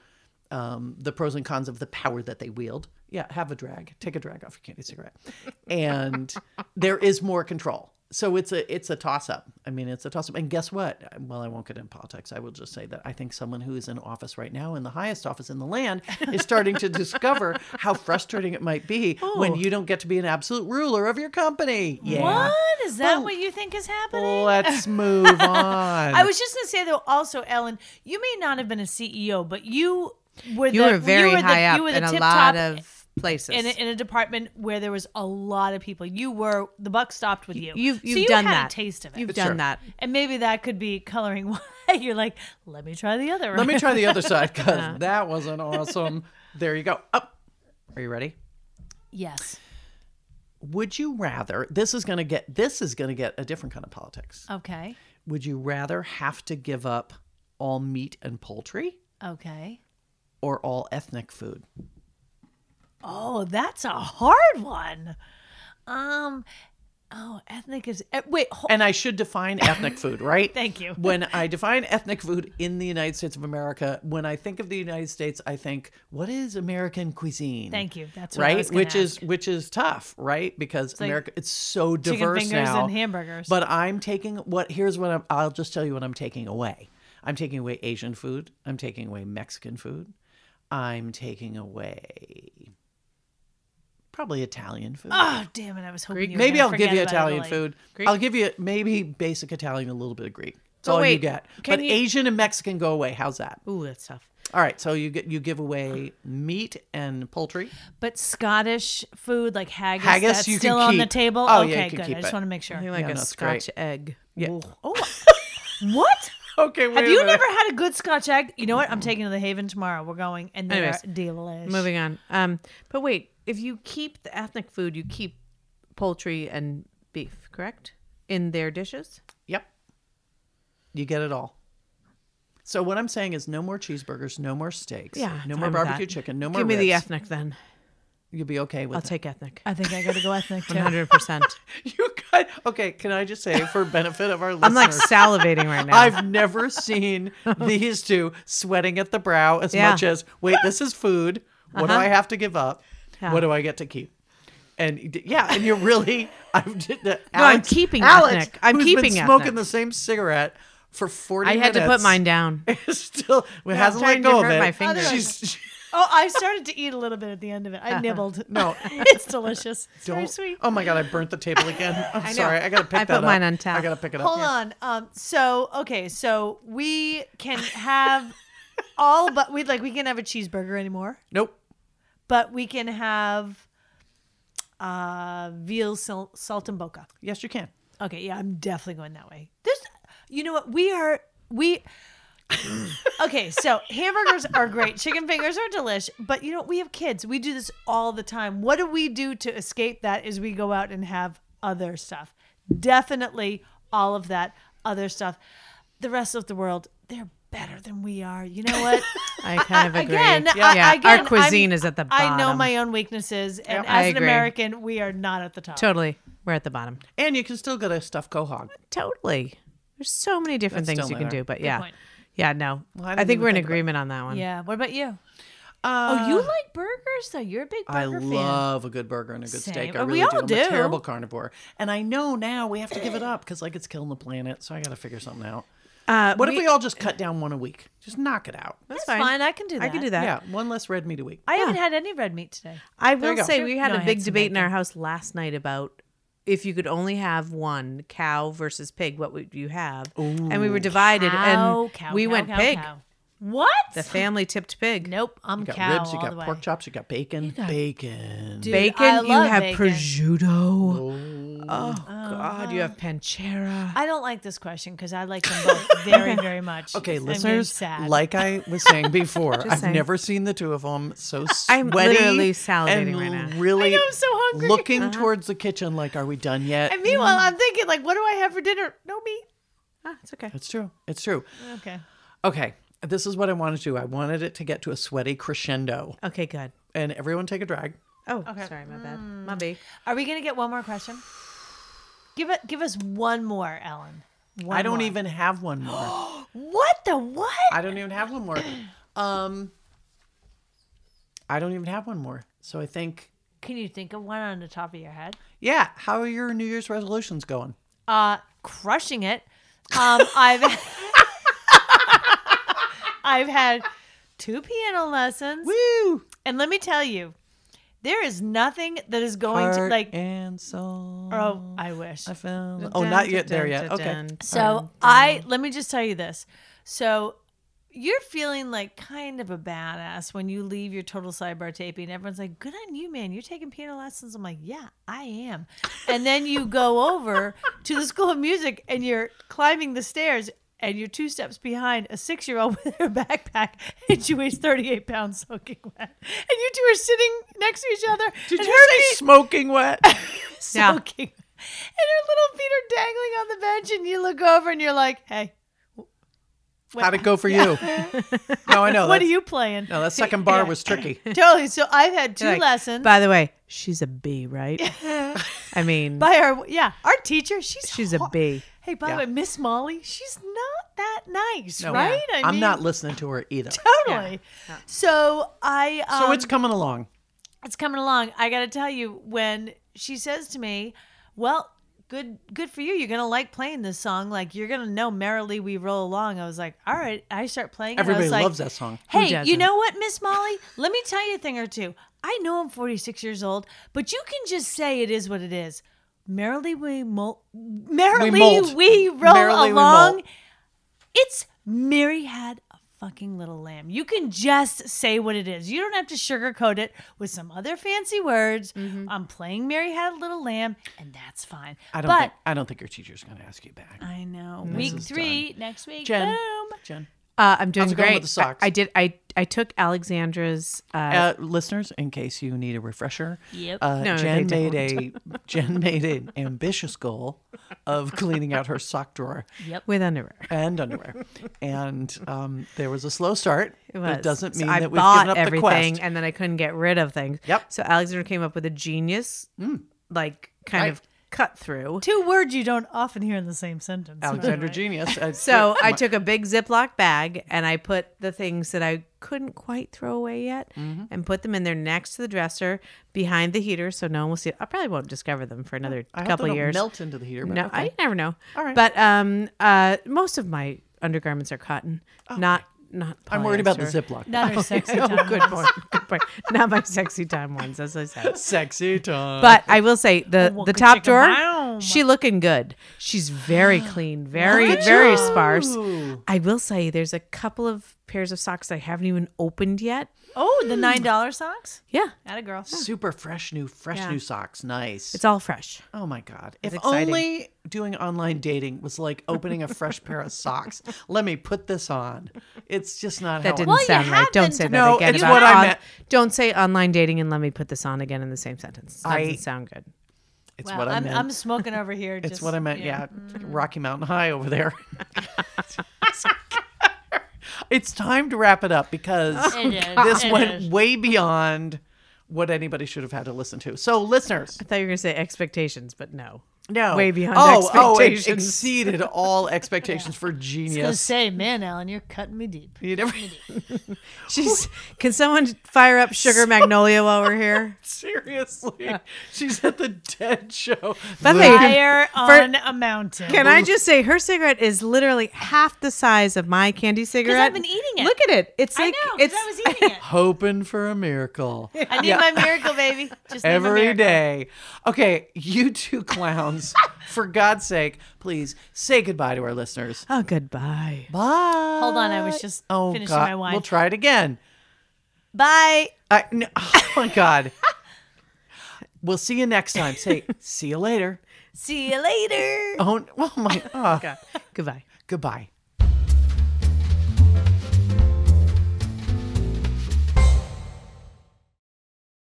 A: um, the pros and cons of the power that they wield. Yeah, have a drag, take a drag off your candy cigarette, and there is more control. So it's a it's a toss up. I mean, it's a toss up. And guess what? Well, I won't get in politics. I will just say that I think someone who is in office right now, in the highest office in the land, is starting to discover how frustrating it might be when you don't get to be an absolute ruler of your company. Yeah.
B: Oh. What is that?
A: Well,
B: what you think is happening?
A: Let's move on.
B: I was just gonna say though, also Ellen, you may not have been a CEO, but you were
C: You
B: the,
C: were very
B: you were
C: high
B: the,
C: up
B: you were the
C: in a
B: tip
C: lot
B: top
C: of places.
B: in a, in a department where there was a lot of people. You were the buck stopped with you.
C: You've-
B: So
C: you've
B: you
C: done
B: had
C: that.
B: a taste of it,
C: You've done
A: Sure.
C: that.
B: and maybe that could be coloring why you're like, let me try the other.
A: Let me try the other side because that was an awesome. There you go. Up. Are you ready?
B: yes.
A: Would you rather? This is going to get. This is going to get a different kind of politics.
B: Okay.
A: Would you rather have to give up all meat and poultry
B: Okay.
A: or all ethnic food?
B: Oh, that's a hard one. Um. Oh, ethnic is eh, wait. Hold,
A: And I should define ethnic food, right?
B: Thank you.
A: When I define ethnic food in the United States of America, when I think of the United States, I think, what is American cuisine?
B: Thank you. That's what I
A: right
B: was gonna
A: which is
B: ask.
A: which is tough right because
B: like
A: america it's so
B: chicken
A: diverse
B: fingers
A: now
B: and hamburgers.
A: but i'm taking what here's what i'm i'll just tell you what i'm taking away i'm taking away asian food i'm taking away mexican food i'm taking away probably italian food
B: Oh damn it! I was hoping you were
A: maybe
B: gonna
A: i'll give
B: forget
A: you
B: about
A: italian
B: Italy.
A: food i'll give you maybe basic italian a little bit of greek that's
C: So
A: all you
C: wait,
A: get
C: can
A: but
C: you-
A: asian and mexican go away how's that
C: Ooh, that's tough.
A: all right so you get you give away meat and poultry
B: But Scottish food like haggis,
A: Haggis
B: that's
A: you can
B: still on the
A: keep.
B: table.
A: Oh,
B: okay,
A: yeah, you can
B: good.
A: keep
B: I just
A: it.
B: want to make sure.
C: I think like
A: Yeah,
C: a
A: no, it's great.
C: Scotch egg.
A: Yeah.
C: Ooh.
B: what?
A: okay wait
B: Have
A: a
B: you
A: minute.
B: never had a good Scotch egg? You know what? I'm taking to the Haven tomorrow. We're going, and they're
C: Anyways,
B: delish.
C: Moving on. Um, but wait, if you keep the ethnic food, you keep poultry and beef, correct? In their dishes.
A: Yep. You get it all. So what I'm saying is no more cheeseburgers, no more steaks, no
C: I'm
A: more
C: fine with
A: barbecue
C: that.
A: chicken, no more
C: Give me the
A: ribs.
C: ethnic then.
A: You'll be okay with
C: I'll
A: it.
C: take ethnic.
B: I think I got to go ethnic too.
C: 100%.
A: you got okay. Can I just say, for benefit of our listeners,
C: I'm like salivating right now.
A: I've never seen these two sweating at the brow as
C: Yeah.
A: much as wait, this is food. What do
C: Uh-huh.
A: I have to give up?
C: Yeah.
A: What do I get to keep? And y- d- yeah, and you're really I've did the,
C: No, I'm
A: Alex-
C: keeping
A: Alex,
C: ethnic. I'm
A: who's been
C: keeping
A: smoking
C: ethnic.
A: the same cigarette for forty.
C: I had to put
A: minutes,
C: mine down.
A: is Still, it hasn't let
C: trying to
A: go of
C: hurt
A: it.
C: my finger.
A: She's she-
B: Oh, I started to eat a little bit at the end of it. I nibbled.
A: No.
B: it's delicious. It's very
A: don't.
B: sweet.
A: Oh my god, I burnt the table again. I'm
C: know.
A: sorry. I gotta pick
C: I
A: that
C: put
A: up.
C: mine on tap.
A: I gotta pick it up.
B: Hold on. Um. So okay. So we can have all, but we like we can have a cheeseburger anymore,
A: Nope.
B: but we can have uh veal sal- saltimbocca.
A: Yes, you can.
B: Okay, yeah, I'm definitely going that way. There's, you know what? We are we. okay, so hamburgers are great. Chicken fingers are delish, but you know we have kids. We do this all the time. What do we do to escape that? Is we go out and have other stuff. Definitely all of that other stuff. The rest of the world, they're better than we are. You know what?
C: I kind of agree.
B: Again,
C: yeah,
B: I, again,
C: our cuisine
B: I'm-
C: is at the bottom.
B: I know my own weaknesses, and
C: I
B: as an
C: agree.
B: American, we are not at the top.
C: Totally. We're at the bottom.
A: And you can still get a stuffed quahog.
C: Totally. There's so many different
A: That's
C: things you
A: still
C: can
A: there.
C: do, but yeah.
B: point.
C: Yeah, no.
A: I
C: I,
A: didn't
C: think
A: even
C: we're in
A: think about it.
C: agreement on that one.
B: Yeah. What about you?
A: Uh,
B: Oh, you like burgers though. You're a big burger
A: I
B: fan.
A: love a good burger and a good
B: Same.
A: steak. I
B: Oh,
A: really
B: we
A: do.
B: all
A: I'm a
B: do.
A: terrible carnivore, and I know now we have to give it up because like it's killing the planet. So I got to figure something out.
C: Uh,
A: What if we all just cut down one a week? Just knock it out.
B: That's fine. I can do that.
C: I can do that.
A: Yeah, one less red meat a week.
B: I haven't had any red meat today.
C: I
A: you
C: will
A: go.
C: say we had
B: No, I
C: a
B: had
C: big
B: some
C: debate in our house last night about if you could only have one cow versus pig, what would you have? And we were divided,
B: Cow,
C: and
B: cow,
C: we
B: cow,
C: went
B: cow,
C: pig.
B: cow. What?
C: The family tipped pig.
B: nope, I'm
A: You got
B: cow
A: ribs. You
B: all
A: got
B: the way.
A: pork chops. You got bacon. bacon.
B: Dude,
C: bacon.
B: I
C: you
B: love
C: have
B: bacon.
C: prosciutto. Oh, God!
B: uh,
C: You have panchera.
B: I don't like this question because I like them both very, very much.
A: Okay,
B: I'm getting
A: listeners.
B: sad.
A: Like I was saying before, I've
C: saying.
A: never seen the two of them so sweaty.
C: I'm literally salivating
A: and
C: right now.
A: Really,
B: I know, I'm so hungry.
A: Looking towards the kitchen, like, are we done yet?
B: and meanwhile, I'm thinking like, what do I have for dinner? No meat.
C: ah, it's okay.
A: it's true. It's true.
B: Okay.
A: Okay, this is what I wanted to do. I wanted it to get to a sweaty crescendo,
C: Okay, good.
A: and everyone take a drag.
C: Oh, sorry, my bad.
B: Hmm.
C: My B.
B: Are we gonna get one more question? Give it. Give us one more, Ellen. One
A: I don't
B: more.
A: even have one more.
B: What the what?
A: I don't even have one more. Um, I don't even have one more. So I think,
B: Can you think of one on the top of your head?
A: yeah. How are your New Year's resolutions going?
B: uh, crushing it. Um, I've I've had two piano lessons,
A: Woo!
B: and let me tell you, there is nothing that is going to
A: Heart
B: like.
A: and soul.
B: Oh, I wish.
A: I found. Oh, not yet. There yet. Okay.
C: um,
B: So I let me just tell you this. So you're feeling like kind of a badass when you leave your total sidebar taping. Everyone's like, "Good on you, man! You're taking piano lessons." I'm like, "Yeah, I am." And then you go over to the School of Music and you're climbing the stairs. And you're two steps behind a six year old with her backpack, and she weighs 38 pounds soaking wet. And you two are sitting next to each other.
A: Did
B: and
A: you
B: her
A: say smoking wet?
C: Yeah.
B: soaking. And her little feet are dangling on the bench, and you look over and you're like, hey,
A: How'd it go for you? no, Oh, I know.
B: what are
A: that's-
B: you playing?
A: No, that second bar was tricky.
B: Totally. So I've had two
C: Like,
B: lessons by,
C: By the way, she's a B, right? I mean,
B: our, yeah, our teacher. She's,
C: she's a
B: hor-
C: B.
B: Hey, by
A: Yeah.
B: the way, Miss Molly, she's not that nice,
A: No,
B: right?
A: I'm not listening to her either.
B: Totally. So I. Um,
A: So it's coming along.
B: it's coming along. I got to tell you, when she says to me, "Well, good, good for you. You're gonna like playing this song. Like you're gonna know merrily we roll along." I was like, "All right." I start playing. it. I
A: Everybody
B: was like,
A: loves that song.
C: Who
B: Hey, you
C: doesn't?
B: know what, Miss Molly? Let me tell you a thing or two. I know I'm 46 years old, but you can just say it is what it is. Merrily we mold. Merrily we,
A: molt.
B: roll
A: Merrily we
B: along.
A: molt.
B: it's Mary had a fucking little lamb. You can just say what it is. You don't have to sugarcoat it with some other fancy words. I'm playing Mary had a little lamb, and that's fine.
A: Mm-hmm. I don't
B: but
A: think I don't think your teacher's going to ask you back.
C: Uh,
B: I know week
A: is
B: three next week.
A: Jen.
B: Boom.
A: Jen,
C: Uh, I'm doing
A: it going
C: great.
A: with the socks?
C: I, I did. I I took Alexandra's. Uh,
A: uh, listeners, in case you need a refresher,
B: Yep.
A: uh,
C: No,
A: Jen
C: they
A: made a Jen made an ambitious goal of cleaning out her sock drawer
C: with underwear.
A: and underwear. And um, there was a slow start.
C: It was.
A: doesn't
C: So
A: mean
C: I
A: that we've
C: bought
A: given up the
C: everything,
A: quest.
C: and then I couldn't get rid of things.
A: Yep. Hmm.
C: So Alexander came up with a genius, like kind
D: Right.
C: of cut through.
B: Two words you don't often hear in the same sentence. by the
A: Alexander
B: way.
A: Genius. I-
C: So I took a big Ziploc bag and I put the things that I couldn't quite throw away yet,
A: Mm-hmm.
C: and put them in there next to the dresser, behind the heater, so no one will see. I probably won't discover them for another
A: I hope they
C: couple
A: don't
C: years.
A: melt into the heater. but
C: No,
A: okay.
C: I you never know.
A: All right.
C: But um, uh, most of my undergarments are cotton, not not.
A: Oh, I'm worried about the
C: polyester.
A: Ziploc.
B: Not her sexy
C: Oh,
B: time.
C: good point. Good point. Not my sexy time ones, as I said.
A: Sexy time.
C: But I will say
A: Oh,
C: the
B: Wonka
C: the top
B: chicka
C: drawer,
B: boom.
C: she looking good. She's very clean, very very sparse.
A: Ooh.
C: I will say there's a couple of pairs of socks I haven't even opened yet.
B: Oh,
A: Hmm.
B: the nine dollar socks.
C: Yeah,
B: At a girl.
A: super fresh new fresh
C: Yeah.
A: new socks. Nice.
C: it's all fresh.
A: Oh my God. If
C: exciting.
A: only doing online dating was like opening a fresh pair of socks. Let me put this on. It's just not
C: That
A: how
C: didn't
A: it,
B: you
C: sound right. Don't
B: haven't-
C: say that
A: No,
C: again.
A: it's
C: about
A: what I
C: on-
A: meant.
C: Don't say online dating and let me put this on again in the same sentence. That
A: I-
C: doesn't sound good.
A: it's
B: Wow,
A: what I
B: I'm,
A: meant.
B: I'm smoking over here.
A: it's
B: just, Mm.
A: what I meant. Yeah. Rocky Mountain High over there. it's time to wrap it up because
B: Oh,
A: this went way beyond what anybody should have had to listen to. So listeners,
C: I thought you were going to say expectations, but no.
A: no.
C: Way beyond
A: oh, Oh, it
C: expectations.
A: exceeded all expectations for
B: I was gonna
A: genius.
B: say, man, Alan, you're cutting me deep.
A: You never-
C: She's. Can someone fire up Sugar Magnolia while we're here?
A: Seriously, she's at the dead show.
C: By the way,
B: Fire on a mountain.
C: Can I just say her cigarette is literally half the size of my candy cigarette?
B: been eating it.
C: Look at it. It's
B: I
C: like
B: know. 'cause
C: it's
B: I was eating it.
A: hoping for a miracle
B: I need my miracle, baby. Just need my
A: every
B: miracle.
A: day. Okay, you two clowns, for God's sake, please say goodbye to our listeners.
C: Oh, goodbye.
A: Bye.
B: Hold on, I was just
A: oh
B: finishing
A: God,
B: my wine.
A: we'll try it again.
B: Bye.
A: I, no, oh my God. We'll see you next time. Say see you later.
B: See you later.
A: Oh, oh my. ah,
C: Goodbye.
A: goodbye.